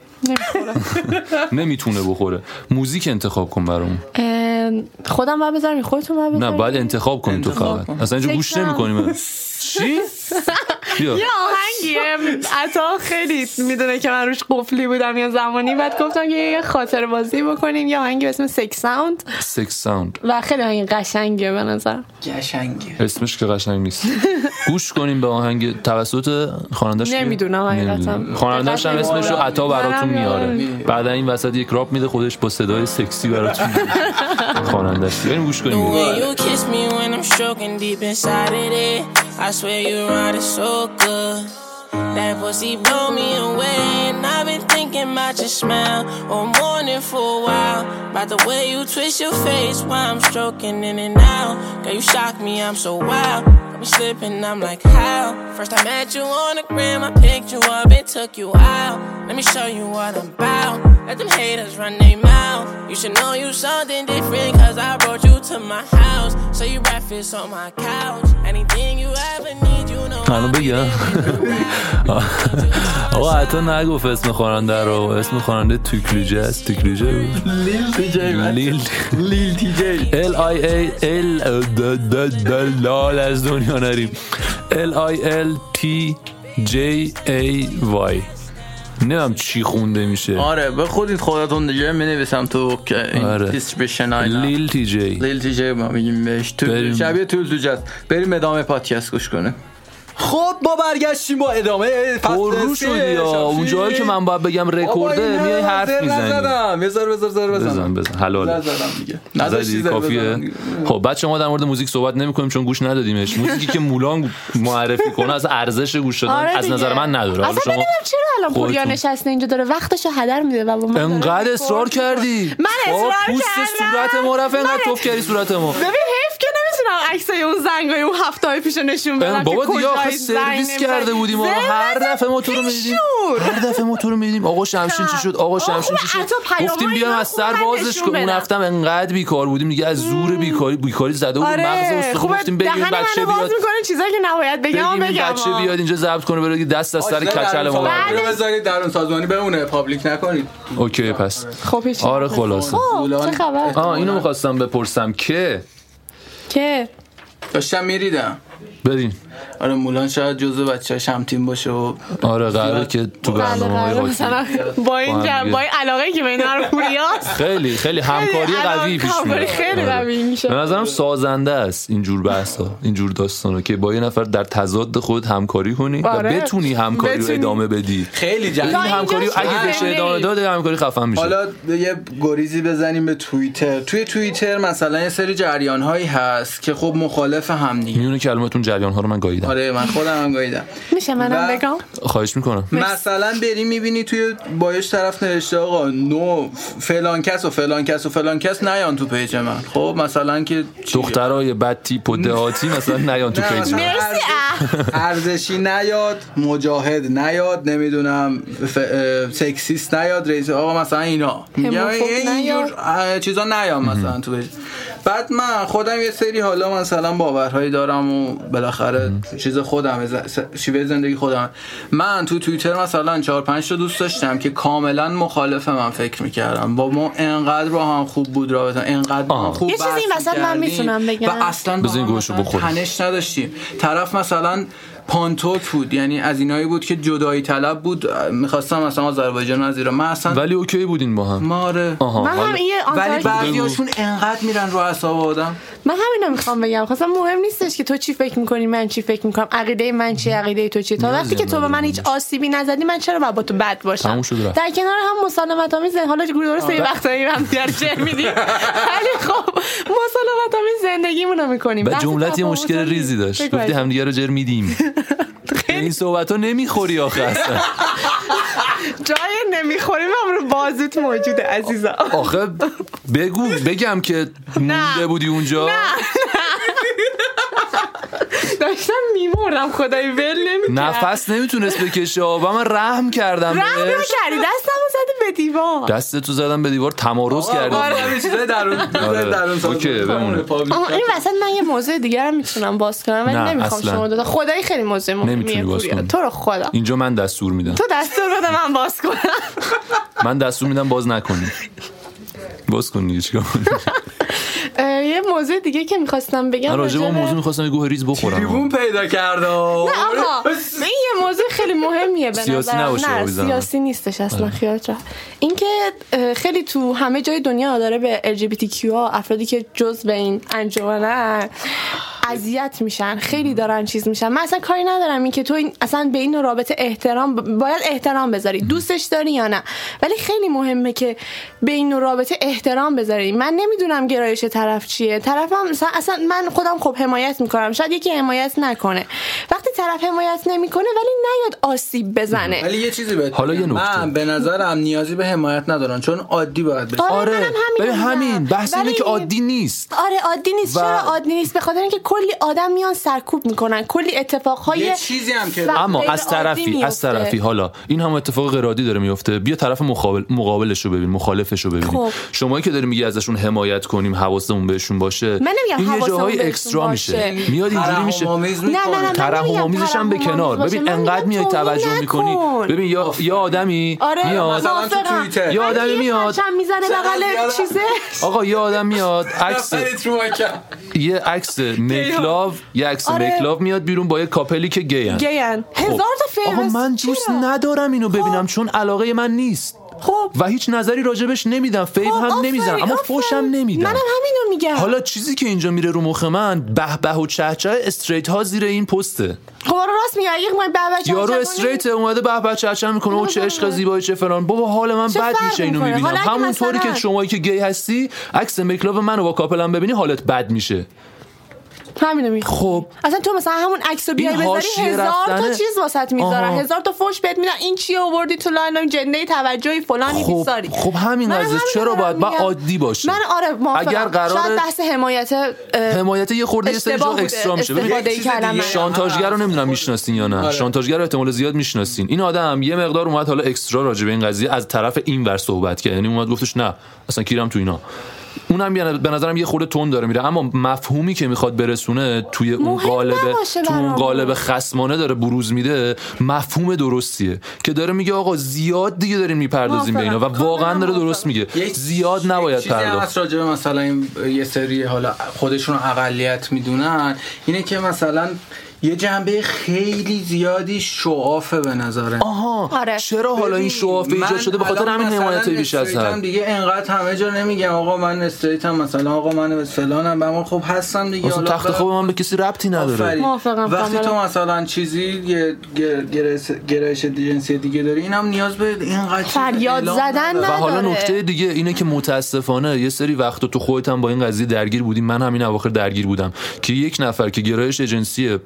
S1: نمیتونه بخوره موزیک انتخاب کن برامون
S4: اه، خودم باید بذارم خودتون باید
S1: نه بله،
S4: بذارم
S1: باید انتخاب کنی تو
S2: انتخاب
S1: فقط
S2: کن.
S1: اصلا اینجا گوش
S4: فکرم.
S1: نمیکنی من چی بیا
S4: یه آهنگیه عطا خیلی میدونه که من روش قفلی بودم یه زمانی بعد گفتم که یه خاطر بازی بکنیم یه آهنگی به اسم سکس ساوند
S1: سکس ساوند
S4: و خیلی آهنگ قشنگیه به نظر
S2: قشنگه
S1: اسمش که قشنگ نیست گوش کنیم به آهنگ توسط خوانندش
S4: نمیدونم حقیقتا.
S1: خوانندش هم
S4: دقت
S1: اسمش رو
S2: نمی‌کنم.
S1: عطا براتون
S4: منم یادم
S1: میاره
S2: نمیاد.
S1: بعد این وسط یک راب میده خودش با صدای سکسی براتون خوانندش بریم گوش کنیم
S5: When you kiss me when I'm stroking deep inside of it, I swear you ride it so good. That pussy blow me away, and I've been thinking about your smile all morning for a while. By the way you twist your face while I'm stroking in and out. Girl, you shock me, I'm so wild. Got me slipping, I'm like, how? First I met you on the gram, I picked you up and took you out. Let me show you what I'm about. Let them haters run their mouth. You should know you something different, cause I brought you to my house. So you breakfast on my couch. Anything you ever need, you know.
S1: الان
S5: I'll be
S1: بگم؟
S5: there when you
S1: آقا حتی نگفت اسم خواننده رو اسم خواننده توکلوجه است توکلوجه بود
S2: لیل تی جی
S1: لیل
S2: لیل تی جی
S1: ال آی ای ال د- د- د- لال از دنیا نریم ال آی ال تی جی ای وای نمیم چی خونده میشه
S2: آره به خودت خودتون دیگه می نویسم تو که این
S1: آره.
S2: دیستریبیوشن آینا.
S1: لیل تی جی
S2: لیل تی جی ما میگیم بهش تو
S1: بریم.
S2: شبیه تو زوجه است بریم ادامه پادکست گوش کنه خب ما برگشتیم با ادامه
S1: پررو شدی یا اون جایی که من باید بگم رکورده میای حرف میزنی
S2: میزنی بذار بذار بذار
S1: بزن
S2: بزن
S1: بزن حلاله
S2: نزدم دیگه
S1: نزدی
S2: نذاشتی زده، بزنم
S1: کافیه
S2: دیگه.
S1: خب بچه ما در مورد موزیک صحبت نمی کنیم چون گوش ندادیمش موزیکی که مولان معرفی کنه از ارزش گوش دادن
S4: آره
S1: از
S4: دیگه.
S1: نظر من نداره حالا
S4: اصلا
S1: شما
S4: نمیدونم چرا الان
S1: خودتون.
S4: پوریا نشسته اینجا داره وقتشو هدر میده و با من داره
S1: انقدر اصرار
S4: می‌خوره.
S1: کردی
S4: خب، من
S1: بابا،
S4: اصرار
S1: پوست
S4: کردم.
S1: صورت ما رفت انقدر
S4: من-
S1: توف کردی صورت ما
S4: ببین حیف که نمیتونم عکسای اون زنگای اون هفته های پیشو نشون بدم
S1: بابا دیگه
S4: که کجای
S1: آخه
S4: زنگ
S1: سرویس
S4: نمی‌زنی.
S1: کرده بودیم ما
S4: زنگ
S1: هر
S4: نزن
S1: دفعه ما تو رو می‌دیدیم.
S4: پیشور.
S1: هر دفعه ما تو رو می‌دیدیم آقا شمشین چی شد آقا
S4: آه،
S1: شمشین
S4: خوبه.
S1: چی شد
S4: حتی پیام‌های
S1: گفتیم بیام
S4: اینا
S1: از سر
S4: خوبه.
S1: بازش
S4: نشون
S1: که اون
S4: بدم.
S1: رفتم انقدر بیکار بودیم دیگه از زور بیکاری بیکاری زده بود مغز
S4: آره
S1: استخون
S4: خوبه
S1: خب، گفتیم بریم
S4: دهن
S1: بچه
S4: منو باز
S1: بیاد
S4: میکنه چیزایی که نباید بگم و
S1: بگیم این
S4: بگم
S1: بچه
S4: آه.
S1: بیاد اینجا ضبط کنه برای دست از سر کچل ما
S4: بله.
S2: بله بذارید درون سازمانی بمونه پابلیک نکنید
S1: اوکی پس
S4: خب هیچ
S1: آره خلاصه
S4: خب چه خبر
S1: آه اینو میخواستم بپرسم که
S4: که
S2: داشتم میریدم
S1: بریم
S2: آره مولان شاید جزو بچه هم تیم باشه و
S1: آره قراره
S2: زیاد-
S1: که تو
S4: بله
S1: برنامه
S4: قراره
S1: قاطی
S4: مثلا با
S1: با
S4: این
S1: هم دیگه.
S4: جمع- با این علاقه که بین من و پوریاست
S1: خیلی خیلی همکاری
S4: الان
S1: قوی پیش
S4: همکاری
S1: میره
S4: خیلی
S1: آره.
S4: قوی میشه.
S1: به نظرم سازنده است اینجور بحثا اینجور داستانا که با یه نفر در تضاد خود همکاری کنی و
S4: آره.
S1: بتونی همکاری رو
S4: بتونی.
S1: ادامه بدی
S2: خیلی جدی
S1: این
S4: اینجا
S1: همکاری رو اگه
S4: شده.
S1: بشه ادامه داد همکاری خفن میشه
S2: حالا یه گریزی بزنیم به توییتر توی توییتر مثلا یه سری جریان هایی هست که خب مخالف هم دیگه
S1: میونه کلمتون جریان ها رو من گاییدم
S2: آره من خودم هم گاییدم
S4: میشه منم
S2: و-
S4: بگم
S1: خواهش میکنم
S2: مثلا بری میبینی توی بایش طرف نوشته آقا نو فلان کس و فلان کس و فلان کس نیان تو پیج من خب مثلا که چی؟
S1: دخترای بد تیپ و دهاتی مثلا نیان تو
S2: نه،
S1: پیج
S2: مثلا
S1: من.
S4: مرسی اه.
S2: ارزشی نیاد مجاهد نیاد نمیدونم ف... اه، سکسیست نیاد رئیس آقا مثلا اینا میگم
S4: هموفوب
S2: این- اینجور
S4: نیاد.
S2: اه، چیزا نیاد مثلا تو بهش بعد من خودم یه سری حالا مثلا باورهایی دارم و بالاخره چیز خودم شیوه زندگی خودم من تو توییتر مثلا چهار پنج تا دوست داشتم که کاملا مخالف من فکر میکردم با ما انقدر با هم خوب بود رابطه انقدر با هم
S1: آه.
S2: خوب
S4: یه چیزی این
S2: بحث
S4: وسط من
S2: می‌کردیم
S4: میتونم بگم.
S2: و اصلا با
S1: بذار این
S2: هم
S1: گوشو
S2: مثلا
S1: بخوریم.
S2: تنش نداشتیم طرف مثلا پانتوک بود یعنی از اینایی بود که جدایی طلب بود میخواستم مثلا آذربایجان و از ایران من اصلا
S1: ولی اوکی بودین با هم
S2: ماره
S1: آها
S4: من هم
S1: حالا-
S4: این
S2: ولی
S4: آنتاک
S2: بعضی هاشون انقدر میرن رو اعصاب آدم
S4: من همینو میخوام بگم خواستم مهم نیستش که تو چی فکر میکنی من چی فکر میکنم عقیده من چی عقیده تو چی تا
S1: نه
S4: وقتی که تو به
S1: زیاد
S4: من هیچ آسیبی نزدی من چرا باید با تو بد
S1: تموم
S4: باشم
S1: شد رفت.
S4: در کنار هم مسالمت آمیز حالا درسته یه وقتا این هم دیگر جه میدیم ولی خب مسالمت آمیز زندگیمونو میکنیم
S1: و جملت یه مشکل ریزی داشت گفتی همدیگه رو جر میدیم به این صحبت ها نمیخوری آخه اصلا
S4: جای نمیخوریم هم رو بازوت موجوده عزیزم
S1: آخه بگو بگم که مونده بودی اونجا
S4: داشتم میمردم خدای ول نمیکرد
S1: نفس نمیتونست بکشه و من رحم کردم
S4: رحم
S1: بهش
S4: نکردی دستمو زدی به دیوار
S1: دست تو زدم به دیوار تمارز کردم
S2: آره،
S1: آره. اوکی، بمونه.
S4: آها، این وسط من یه موضوع دیگر هم میتونم باز کنم ولی
S1: نه،
S4: نمیخوام
S1: اصلاً.
S4: شما دوتا خدایی خیلی موضوع مهمیه
S1: نمیتونی باز
S4: پوریا
S1: کنی.
S4: تو رو خدا
S1: اینجا من دستور میدم
S4: تو دستور بده من باز کنم
S1: من دستور میدم باز نکنی باز کن دیگه چیکار کنی؟
S4: اه، یه موضوع دیگه که میخواستم بگم
S1: من راجع به
S4: راجع
S1: اون
S4: به-
S1: موضوع میخواستم یه گوه ریز بخورم
S2: تریبون پیدا کرده آره.
S4: آها این یه موضوع خیلی مهمیه به
S1: آره. سیاسی
S4: نظرم.
S1: نباشه،
S4: نه
S1: آویزم.
S4: سیاسی نیستش اصلا خیالت راحت اینکه اه، خیلی تو همه جای دنیا داره به LGBTQ ها افرادی که جز به این انجمنه اذیت میشن خیلی دارن چیز میشن من اصلا کاری ندارم این که تو این اصلا به این رابطه احترام ب- باید احترام بذاری دوستش داری یا نه ولی خیلی مهمه که به این رابطه احترام بذاری من نمیدونم گرایش طرف چیه طرفم مثلا- اصلا من خودم خب حمایت میکنم شاید یکی حمایت نکنه وقتی طرف حمایت نمیکنه ولی نیاد آسیب بزنه
S2: ولی یه چیزی بهت
S1: حالا یه
S2: بگم.
S1: نکته.
S2: من به نظرم نیازی به حمایت ندارن چون عادی باید بشه
S4: آره، منم همینو
S1: ببین همین
S4: میگم.
S1: بحث اینه
S4: ولی-
S1: که عادی نیست
S4: آره عادی نیست
S1: و-
S4: چرا عادی نیست به خاطر اینکه کلی آدم میان سرکوب میکنن کلی اتفاقهای
S2: یه چیزی هم که
S4: و-
S1: اما
S4: غیر
S1: از
S4: خب، عادی
S1: طرفی از
S4: میفته.
S1: طرفی حالا این هم اتفاق غرادی داره میفته بیا طرف مقابل مقابلش رو ببین مخالفش رو ببین
S4: خب.
S1: شمایی که داری میگی ازشون حمایت کنیم حواسمون بهشون باشه
S4: من نمیگم
S1: این یه
S4: حواسمون
S1: جاهای
S4: بهشون
S1: اکسترا میشه
S4: باشه.
S1: میاد اینجوری میشه
S2: ترحم‌آمیز
S4: نه، نه، نه.
S2: می‌کنه.
S4: من
S1: ترحم
S4: نمیگم
S1: آمیزش هم به
S4: ترحم
S1: کنار
S4: آمیز
S1: ببین
S4: باشه. من
S1: انقدر
S4: میگم
S1: میای
S4: توهین
S1: توجه
S4: نکن.
S1: میکنی ببین یا یا آدمی
S4: آره
S1: میاد
S2: مثلا تو
S4: موافقم.
S2: توییتر.
S1: یه
S4: ولی
S1: آدمی میاد.
S4: پرچم میزنه
S2: چقدر
S4: بغل
S2: یادم-
S4: چیزش
S1: آقا یه آدم میاد عکس
S2: نفرت رو مکم.
S1: یه عکس مکلاو یه عکس
S4: آره.
S1: مکلاو میاد بیرون با یه کاپلی که گین
S4: گیان هزار تا
S1: خب.
S4: خب.
S1: آقا
S4: فیمس
S1: من دوست ندارم اینو ببینم چون علاقه من نیست
S4: خب
S1: و هیچ نظری راجبش نمیدم فیل هم
S4: خب، آفرین،
S1: نمیزنم اما فوشم
S4: آفرین.
S1: نمیدم
S4: منم همینو میگم
S1: حالا چیزی که اینجا میره رو مخ من به به و چهچه استریت ها زیر این پسته
S4: خب آره راست میگه اگه ما بابا چاچا
S1: یارو
S4: کنیم،
S1: استریت اومده به به چهچه میکنه و چه عشق زیبایی چه فلان بابا حال من
S4: چه
S1: بد
S4: فرق
S1: میشه اینو
S4: می‌کنه؟
S1: میبینم
S4: حالا اگه
S1: همونطوری
S4: مثلا-
S1: که شمایی که گی هستی عکس مکلاپ منو با کاپلم ببینی حالت بد میشه
S4: همینو میگم
S1: خب
S4: اصلا تو مثلا همون عکسو بیای
S1: این
S4: بذاری
S1: حاشیه
S4: هزار
S1: رفتنه.
S4: تا چیز واسط میذارن
S1: آها.
S4: هزار تا فوش بهت میدن این چیه آوردی تو لاین جنده توجهی فلانی
S1: خب
S4: بیساری
S1: خب همین
S4: من
S1: قضیه
S4: همینو
S1: چرا
S4: دارم
S1: باید باید
S4: میگم.
S1: عادی باشه
S4: من آره موافقم
S1: اگر قراره-
S4: شاید بحث حمایت اه،
S1: حمایت یه خورده یه سری جا
S4: اشتباه بوده.
S1: اکسترا میشه ببین،
S4: استفاده
S2: یک چیز
S4: کردم
S2: دیگه.
S4: من.
S1: شانتاجگر رو نمیدونم میشناسین یا نه
S2: آره.
S1: شانتاجگر رو احتمال زیاد میشناسین این آدم یه مقدار اومد حالا اکسترا راجع به این قضیه از طرف این ور صحبت کرد یعنی اومد گفتش نه اصلا کیرم تو اینا اونم یه- به نظرم یه خورده تون داره میره اما مفهومی که میخواد برسونه توی اون
S4: مهم
S1: قالب
S4: نباشه
S1: تو اون
S4: برامون.
S1: قالب خصمانه داره بروز میده مفهوم درستیه که داره میگه آقا زیاد دیگه داریم میپردازیم به اینا و
S4: موافقم.
S1: واقعا داره
S4: موافقم.
S1: درست میگه
S2: یک-
S1: زیاد نباید
S2: چیزی هم
S1: پرداخت
S2: هست راجع به مثلا این یه سری حالا خودشون رو اقلیت میدونن اینه که مثلا یه جنبه خیلی زیادی شعافه به نظره
S1: آها
S4: آره.
S1: چرا حالا این شوافه ایجاد شده به خاطر همین حمایت بیش از
S2: هم
S1: حد
S2: دیگه انقدر همه جا نمیگم آقا من استریتم مثلا آقا من فلانم اما خب هستم دیگه
S1: اصلا
S2: حالا
S1: تخت
S2: بر-
S1: خواب من به کسی ربطی نداره
S2: آفرین.
S4: موافقم
S2: وقتی
S4: کاملا.
S2: تو مثلا چیزی یه گر- گرایش- گرایش جنسی دیگه داری اینم نیاز به اینقدر چیز
S4: فریاد
S2: اعلام
S4: زدن
S2: نداره.
S1: و حالا
S4: نداره.
S1: نکته دیگه اینه که متاسفانه یه سری وقتا تو خودت هم با این قضیه درگیر بودی من همین اواخر درگیر بودم که یک نفر که گرایش جنسی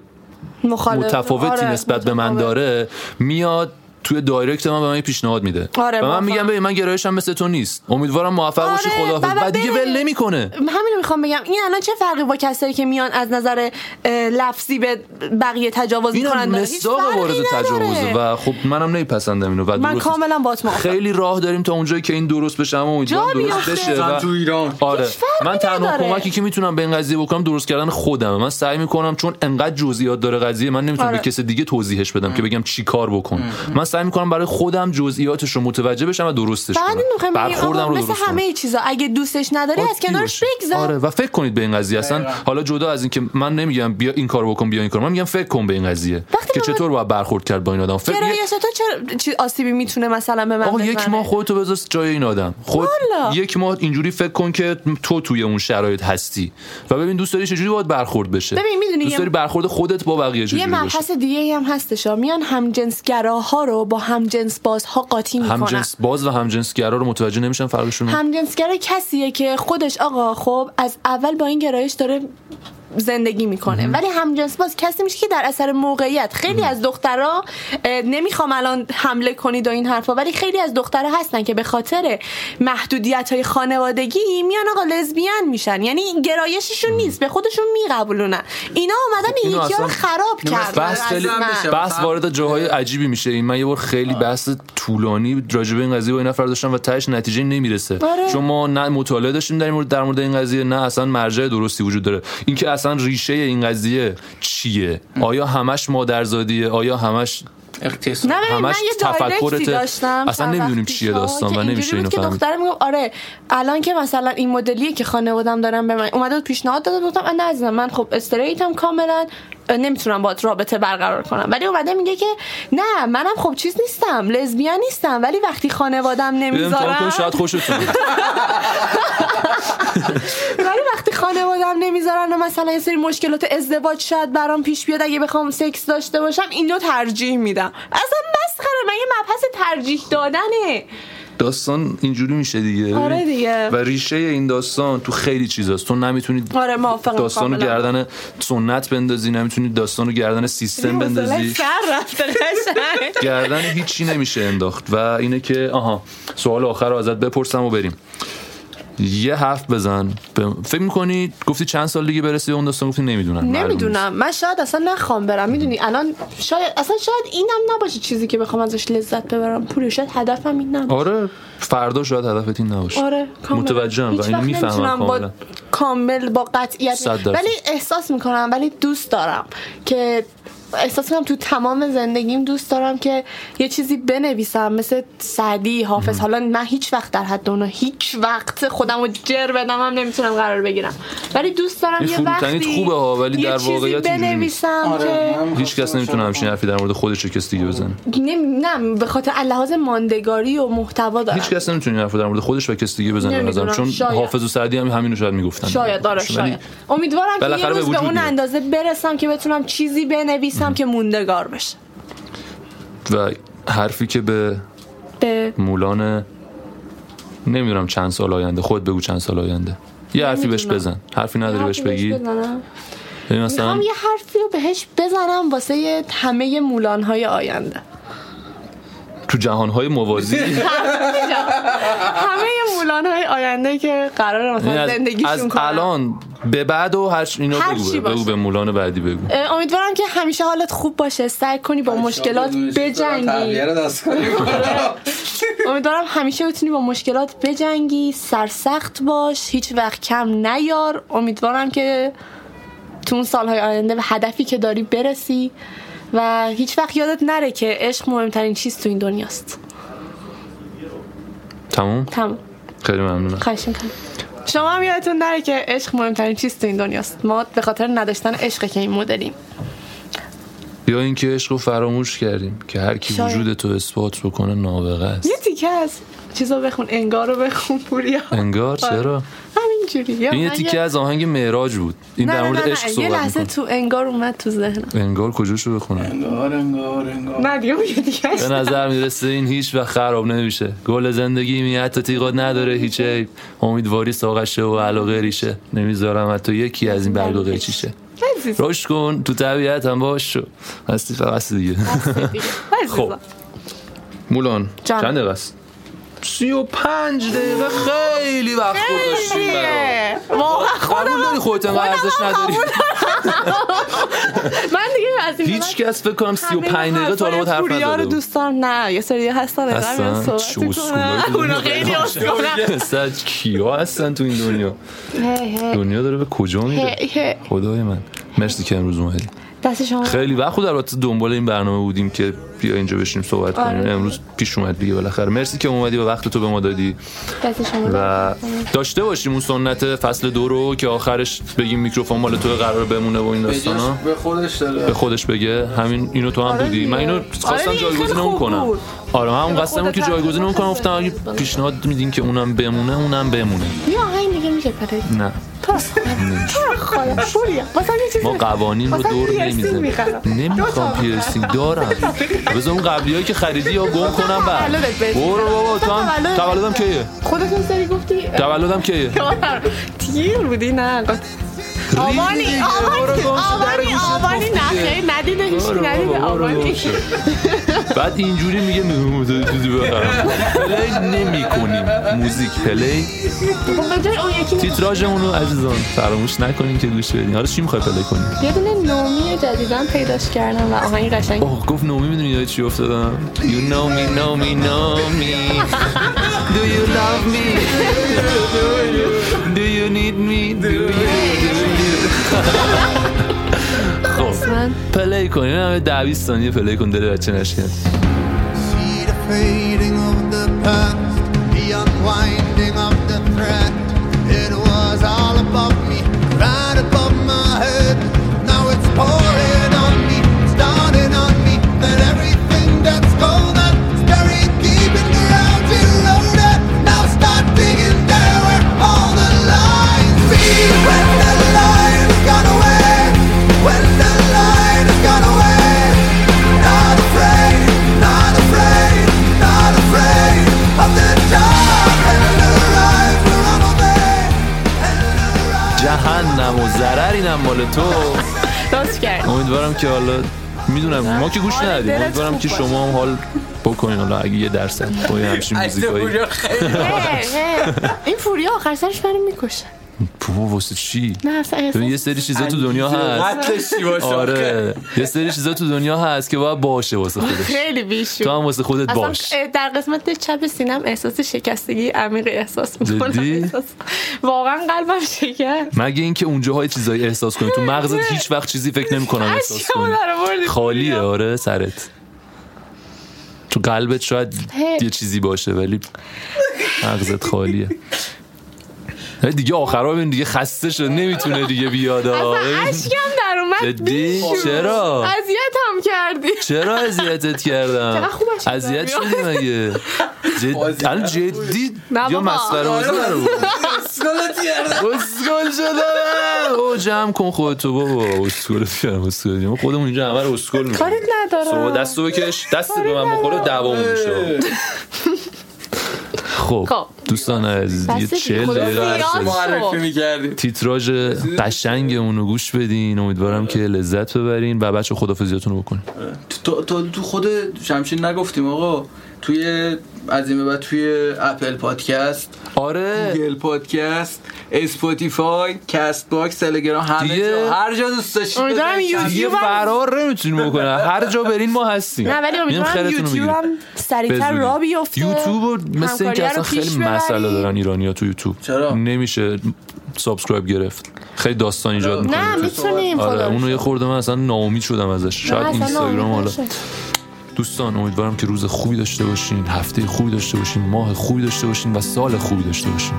S4: مخالف.
S1: متفاوتی
S4: آره،
S1: نسبت به من
S4: متفاوت.
S1: داره میاد توی دایرکت من به من یه پیشنهاد میده
S4: آره،
S1: و من
S4: موافقم.
S1: میگم ببین من گرایشم مثل تو نیست امیدوارم موفق باشی
S4: آره،
S1: خدا
S4: و- و
S1: و دیگه
S4: بره.
S1: ول نمیکنه
S4: همینو میخوام بگم این الان چه فرقی با کسایی که میان از نظر اه، لفظی به بقیه تجاوز
S1: این
S4: میکنن
S1: هم
S4: داره. هیچ
S1: مصداق
S4: فرقی
S1: وارد
S4: نداره.
S1: تجاوزه و خب منم نمیپسندم اینو و درست
S4: من
S1: نیست.
S4: کاملا باهات موافقم
S1: خیلی راه داریم تا اونجایی که این درست بشه اما امیدوارم
S4: جا
S1: درست
S4: بیفته.
S1: بشه
S2: مثلا
S1: و
S2: تو ایران
S1: آره
S4: فرقی
S1: من تنها
S4: نداره.
S1: کمکی که میتونم به این قضیه بکنم درست کردن خودمه من سعی میکنم چون انقدر جزئیات داره قضیه من نمیتونم
S4: آره.
S1: به کسی دیگه توضیحش بدم که بگم چی کار بکن من سعی میکنم برای خودم جزئیاتش رو متوجه بشم و درستش
S4: فقط این
S1: کنم
S4: میخوام بگم
S1: برخوردم
S4: آقا
S1: رو
S4: مثل
S1: درست کنم
S4: همه چیزا اگه دوستش نداری از
S1: عادی
S4: کنارش
S1: باشه.
S4: بگذر
S1: آره و فکر کنید به این قضیه اصلا
S2: دقیقاً.
S1: حالا جدا از اینکه من نمیگم بیا این کارو بکن بیا این کارو من میگم فکر کن به این قضیه
S4: وقتی
S1: که
S4: به من-
S1: چطور باید برخورد کرد با این آدم فکر یه-
S4: گرایش تو چه چی- آسیبی میتونه مثلا به من
S1: آقا یک
S4: بزنه؟
S1: ماه خودتو بذار جای این آدم خود
S4: والا.
S1: یک ماه اینجوری فکر کن که تو توی اون شرایط هستی و ببین دوست داری چجوری باید برخورد بشه
S4: ببین، می‌دونی
S1: دوست
S4: یه-
S1: داری برخورد خودت با بقیه
S4: یه
S1: چجوری بشه
S4: مبحث دیگه ای هم هستش ها. میان همجنسگراها رو با همجنسبازها قاطی میکنن
S1: همجنس باز و همجنسگرا رو متوجه نمیشن فرقشون رو.
S4: همجنسگرا کسیه که خودش آقا خب از اول با این گرایش داره زندگی میکنه ولی همجنس باز کسی میشه که در اثر موقعیت خیلی از دخترها اه، نمیخوام الان حمله کنید و این حرفا ولی خیلی از دخترها هستن که به خاطر محدودیت های خانوادگی میان آقا لزبیان میشن یعنی گرایششون نیست به خودشون میقبولونن اینا اومدن این
S1: خب اینو
S4: یکی رو
S1: اصلا-
S4: خراب کردن
S1: بحث خیلی-
S4: از من.
S2: بشه.
S1: بحث
S2: هم-
S1: وارد جاهای عجیبی میشه این من یه بار خیلی بحث طولانی راجع به این قضیه با این نفر داشتم و تهش نتیجه نمیرسه
S4: آره.
S1: چون ما نه مطالعه داشتیم در مورد در مورد این قضیه نه اصلا مرجع درستی وجود داره اینکه اصلا ریشه این قضیه چیه آیا همش مادرزادیه آیا همش
S2: اقتصاد
S4: نه ببین، من
S1: همش
S4: یه
S1: تفکرت-
S4: دایرکتی داشتم
S1: اصلا
S4: چند
S1: نمی‌دونیم
S4: وقت
S1: چیه
S4: پیشا
S1: داستان و
S4: که
S1: نمی‌شه
S4: اینجوری بود
S1: اینو
S4: که
S1: فهمید.
S4: دخترم میگفت آره الان که مثلا این مدلیه که خانوادم دارن به من اومده بود پیشنهاد داده گفتم نه عزیزم من خب استریتم کاملا اه، نمیتونم باهات رابطه برقرار کنم ولی اومده میگه که نه منم خب چیز نیستم لزبیان نیستم ولی وقتی خانوادم
S1: امتحان کن
S4: نمیذارن
S1: شاید خب- خوشتون بیاد.
S4: ولی وقتی خانوادم نمیذارن و مثلا یه سری مشکلات ازدواج شاید برام پیش بیاد اگه بخوام سکس داشته باشم اینو ترجیح میدم اصلا مسخره من یه مبحث ترجیح دادنه
S1: داستان اینجوری میشه دیگه
S4: آره دیگه.
S1: و ریشه این داستان تو خیلی چیزاست تو نمیتونی
S4: آره، موافقم
S1: داستان رو
S4: کاملا.
S1: گردن سنت بندازی نمیتونی داستان رو گردن سیستم
S4: حوصله‌اش
S1: بندازی
S4: سر رفته قشنگ
S1: گردن هیچی نمیشه انداخت و اینه که آها سوال آخر رو ازت بپرسم و بریم یه حرف بزن به- فکر میکنی گفتی چند سال دیگه برسی به اون داستان گفتی نمیدونم معلوم نیست.
S4: نمیدونم من شاید اصلا نخوام برم میدونی الان شاید اصلا شاید اینم نباشه چیزی که بخوام ازش لذت ببرم پولی شاید هدفم این نباشه
S1: آره فردا شاید هدفت این نباشه
S4: آره کاملا.
S1: متوجهم و
S4: هیچ
S1: اینو
S4: وقت
S1: میفهمم
S4: نمیتونم
S1: کاملا.
S4: با کامل با قطعیت
S1: صد درصد.
S4: ولی احساس میکنم ولی دوست دارم که احساس کنم تو تمام زندگیم دوست دارم که یه چیزی بنویسم مثل سعدی حافظ حالا من هیچ وقت در حد اونا هیچ وقت خودم رو جر بدم هم نمیتونم قرار بگیرم ولی دوست دارم
S1: یه
S4: یه
S1: خوب تنید
S4: وقتی
S1: خوبه ها، ولی
S4: یه
S1: در
S4: چیزی
S1: واقعیت اینجوری نیست.
S4: بنویسم که
S2: آره، من
S1: هیچ کس
S2: خواستم
S1: نمیتونه
S2: شما-
S1: همچین حرفی در مورد خودش و کس دیگه بزنه
S4: نه نه به خاطر لحاظ ماندگاری و محتوا دارم
S1: هیچ کس نمیتونه این حرفو در مورد خودش و کس دیگه بزنه به نظرم.
S4: نمی‌دونم،
S1: چون
S4: شاید.
S1: حافظ و سعدی هم همینو شاید میگفتن
S4: شاید داره
S1: ولی
S4: شاید امیدوارم که یه
S1: بالاخره به
S4: روز به,
S1: وجود
S4: اون
S1: میاد.
S4: اندازه برسم که بتونم چیزی بنویسم که موندگار بشه
S1: و حرفی که به
S4: به
S1: مولان نمیدونم چند سال آینده خود بگو چند سال آینده یه حرفی بهش
S4: نمی‌دونم.
S1: بزن حرفی نداری بهش
S4: حرفی بهش
S1: بگی
S4: بزنم.
S1: ببین مثلا
S4: میخوام یه حرفی رو بهش بزنم واسه همه مولان های آینده
S1: تو جهانهای موازی یعنی
S4: همه مولان های آینده که قرار
S1: یعنی
S4: مثلا
S1: از, از
S4: زندگیشون کنم
S1: الان به بعد و هر اینو
S4: هر
S1: بگو
S4: چی
S1: بگو
S4: باشه.
S1: به مولان بعدی بگو
S4: اه، امیدوارم که همیشه حالت خوب باشه سعی کنی با خب، مشکلات بجنگی
S2: تغییر دست کنی.
S4: امیدوارم همیشه بتونی با مشکلات بجنگی سرسخت باش هیچ وقت کم نیار امیدوارم که تو اون سالهای آینده به هدفی که داری برسی و هیچ وقت یادت نره که عشق مهمترین چیز تو این دنیاست
S1: تموم
S4: تمام
S1: خیلی ممنونم
S4: خواهش میکنم شما هم یادتون نره که عشق مهمترین چیز تو این دنیاست ما به خاطر نداشتن عشق که این مدلیم
S1: یا اینکه عشق رو فراموش کردیم که هر کی
S4: شاید.
S1: وجود تو اثبات بکنه نابغه است
S4: یه تیکه از چیزا بخون انگار رو بخون پوریا
S1: انگار چرا
S4: همینجوری یا
S1: این یه
S4: آره. من
S1: تیکه از آهنگ معراج بود این
S4: نه
S1: در
S4: نه
S1: مورد
S4: نه
S1: عشق
S4: نه یه
S1: صحبت
S4: لحظه
S1: میکنه
S4: تو انگار اومد تو ذهنم
S1: انگار کجاشو بخونم
S2: انگار، انگار، انگار.
S4: نه دیگه اون یه
S1: به
S4: دیگه
S1: نظر میرسه این هیچ و خراب نمیشه گل زندگی می حتی تیغات نداره هیچ عیب امیدواری ساقشه و علاقه ریشه نمیذارم حتی یکی از این برگا قیچیشه
S4: عزیز،
S1: روش کن تو طبیعت هم باش شو هستی فقط هستی دیگه
S4: عزیز دیگه. عزیزم.
S1: خب. مولان
S4: جان.
S1: چند دقیقه است سی و پنج دقیقه خیلی وقت گذاشتیم برات.
S4: دیگه. واقعا
S1: قبول داری خودت انقدر ارزش نداری
S4: من دیگه از این
S1: هیچ کس فکر کنم 35 دقیقه تا حالا باهات حرف
S4: پوریا رو
S1: نزده بود.
S4: دوست دارم نه یه سری هستن
S1: هستن؟
S4: انقدر میان
S1: چه
S4: صحبت
S1: اسکولایی
S4: کنن.
S1: تو دنیا
S4: اونا خیلی اسکولن.
S1: اصلا کیا هستن تو این دنیا
S4: هی، هی.
S1: دنیا داره به کجا میره
S4: هی، هی.
S1: خدای من مرسی که امروز اومدی
S4: دست شما
S1: خیلی وقت بود البته دنبال این برنامه بودیم که بیا اینجا بشیم صحبت
S4: آره.
S1: کنیم امروز پیش اومد دیگه بالاخره مرسی که اومدی و وقت تو به ما دادی
S4: دست شما
S1: و داشته باشیم اون سنت فصل دو رو که آخرش بگیم میکروفون مال تو قرار بمونه و این
S2: به جاش
S1: داستانا
S2: به خودش
S1: به
S2: داره
S1: خودش بگه همین اینو تو هم
S4: آره
S1: بودی
S4: دیگه.
S1: من اینو
S4: آره
S1: خواستم
S4: دیگه،
S1: جایگزین
S4: خیلی
S1: اون
S4: خوب
S1: کنم
S4: بود.
S1: آره من هم قصدم
S4: خودت
S1: که
S4: هم
S1: جایگزین اون کنم
S4: خودت
S1: گفتم اگه
S4: هم.
S1: پیشنهاد میدین که اونم بمونه اونم بمونه
S4: یه آهنگ دیگه میشه پره
S1: نه
S4: تو خدا پوریا واسه یه چیزی
S1: ما قوانین رو
S4: واسه
S1: دور
S4: پیرسینگ
S1: نمیزنیم
S4: می‌خرم. دو تا
S1: نمیخوام
S4: می‌خرم.
S1: پیرسینگ دارم بذار اون قبلی که خریدی یا گم کنم بعد
S4: تولدت بهت
S1: برو بابا تو هم
S4: تولدت
S1: تولدم کیه
S4: خودتون سری گفتی
S1: تولدم کیه
S4: تیر بودی نه آبانی
S1: دیگه، برو گم شو، در گوشت
S4: آبانی آبانی آبانی
S1: گفت
S4: نه
S1: دیگه.
S4: خیلی ندیده هیچ
S1: برو
S4: ندیده
S1: بابا، برو گم
S4: آبانی
S1: شو. بعد اینجوری میگه می‌خوام چیزی بخرم پلی نمی کنیم موزیک پلی
S4: خب به جای اون یکی
S1: تیتراژمون رو عزیزان فراموش نکنین که گوش بدین حالا چی میخوای پلی کنیم
S4: یه دونه نومی جدیدن پیداش کردم و آهنگ قشنگ
S1: اوه گفت نومی میدونی یاد چی افتادم You know me know me know me Do you love me Do you, do you need me Do you, do you خب
S4: من
S1: پلی کن این همه ده بیست ثانیه پلی کن دل بچه نشکن
S6: see the fading of the past, the unwinding of the thread. It was all above me, right above my head. Now it's pouring on me, starting on me. Then everything that's cold and scary, keeping the ground loaded. Now start digging there where all the lines lead. When the line has gone away, when the line has gone away. Not afraid, not afraid, not afraid of the dark and the light we're on
S1: جهنم و ضرر اینم مال تو
S4: راست کرد
S1: امیدوارم که حالا میدونم ما که گوش
S4: آره،
S1: ندادیم
S4: دلت
S1: امیدوارم
S4: خوب
S1: که
S4: باشه.
S1: شما هم حال بکنین حالا اگه یه درصد با یه همچین
S2: عکس
S1: موزیکایی
S2: پوریا خیلی
S4: هی، هی. این پوریا آخر سرش منو میکشه
S1: بابا واسه چی
S4: نه اصلا
S1: ببین یه
S4: احساس
S1: سری چیزا تو دنیا هست
S2: قتلش چی باشه آخه؟
S1: آره یه سری چیزا تو دنیا هست که باید باشه واسه خودش
S4: خیلی بیشو
S1: تو هم واسه خودت باش
S4: اصلا در قسمت چپ سینم احساس شکستگی عمیق احساس
S1: جدی؟
S4: میکنم واقعا قلبم شکست
S1: مگه اینکه اونجاها یه چیزایی احساس کنی تو مغزت هیچ وقت چیزی فکر نمی‌کنم احساس
S4: اشکمو
S1: کنی
S4: در آوردی
S1: خالیه آره سرت تو قلبت شاید
S4: هی.
S1: یه چیزی باشه ولی مغزت خالیه ولی دیگه آخرها ببین دیگه خسته شد نمیتونه دیگه بیاد آه.
S4: اصلا اشکم در اومد
S1: جدی
S4: بیشو.
S1: چرا
S4: اذیتم کردی
S1: چرا اذیتت
S4: چقدر
S1: کردم
S4: خوبش شد.
S1: اذیت شدی مگه جد- الان جدی
S4: نه
S1: یا
S4: بابا.
S1: مسخره بازی نرو
S2: اسکلت کردم.
S1: اسکل شدم او جمع کن خودتو بابا اسکل کردم اسکل ما خودمون اینجا همه رو اسکل می‌کنیم.
S4: کارت
S1: سو
S4: ندارم
S1: دستو بکش دست به من بخوره دعوامون میشه خب
S4: خب.
S1: دوستان عزیز یه
S4: بسته دیگه.
S1: چهل
S4: خدا
S1: دقیقه
S4: زیاد.
S1: حرف زدیم.
S2: معرفی میکردی
S1: تیتراژ قشنگمون رو گوش بدین امیدوارم که لذت ببرین و بچه خدافزیاتون رو بکنین
S2: تو, تو, تو خود شمشیر نگفتیم آقا توی از این به بعد توی اپل پادکست
S1: آره
S2: گل پادکست اسپاتیفای کست باکس تلگرام همه
S1: دیگه-
S2: جا هر جا دوست داشتید
S4: امیدوارم
S2: بزنید.
S4: یوتیوب
S1: یه
S4: هم-
S1: فرار نمیتونیم بکنن هر جا برین ما هستیم
S4: نه ولی
S1: میام
S4: امیدوارم
S1: خیرتون رو
S4: یوتیوب
S1: می‌گیریم.
S4: هم سریعتر
S1: بزودی.
S4: را بیفته
S1: یوتیوب رو مثل اینکه
S4: همکاری‌ها
S1: اصلا
S4: رو پیش
S1: خیلی
S4: ببریم.
S1: مسئله دارن ایرانی ها تو یوتیوب
S2: چرا؟
S1: نمیشه سابسکرایب گرفت خیلی داستان ایجاد میکنه
S4: نه میتونیم
S1: آره
S4: خدا رو
S1: اونو یه خورده من اصلا ناامید شدم ازش شاید
S4: نه، اصلا
S1: اینستاگرام
S4: ناامید
S1: حالا
S4: نشه.
S1: دوستان امیدوارم که روز خوبی داشته باشین هفته خوبی داشته باشین ماه خوبی داشته باشین و سال خوبی داشته باشین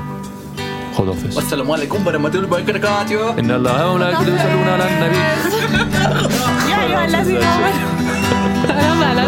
S1: خدافظ
S2: والسلام علیکم برمتون برکاتیو
S1: ان الله و ملائکته یصلون علی النبی آره،
S4: یا ایها الذین آمنوا. الان بلد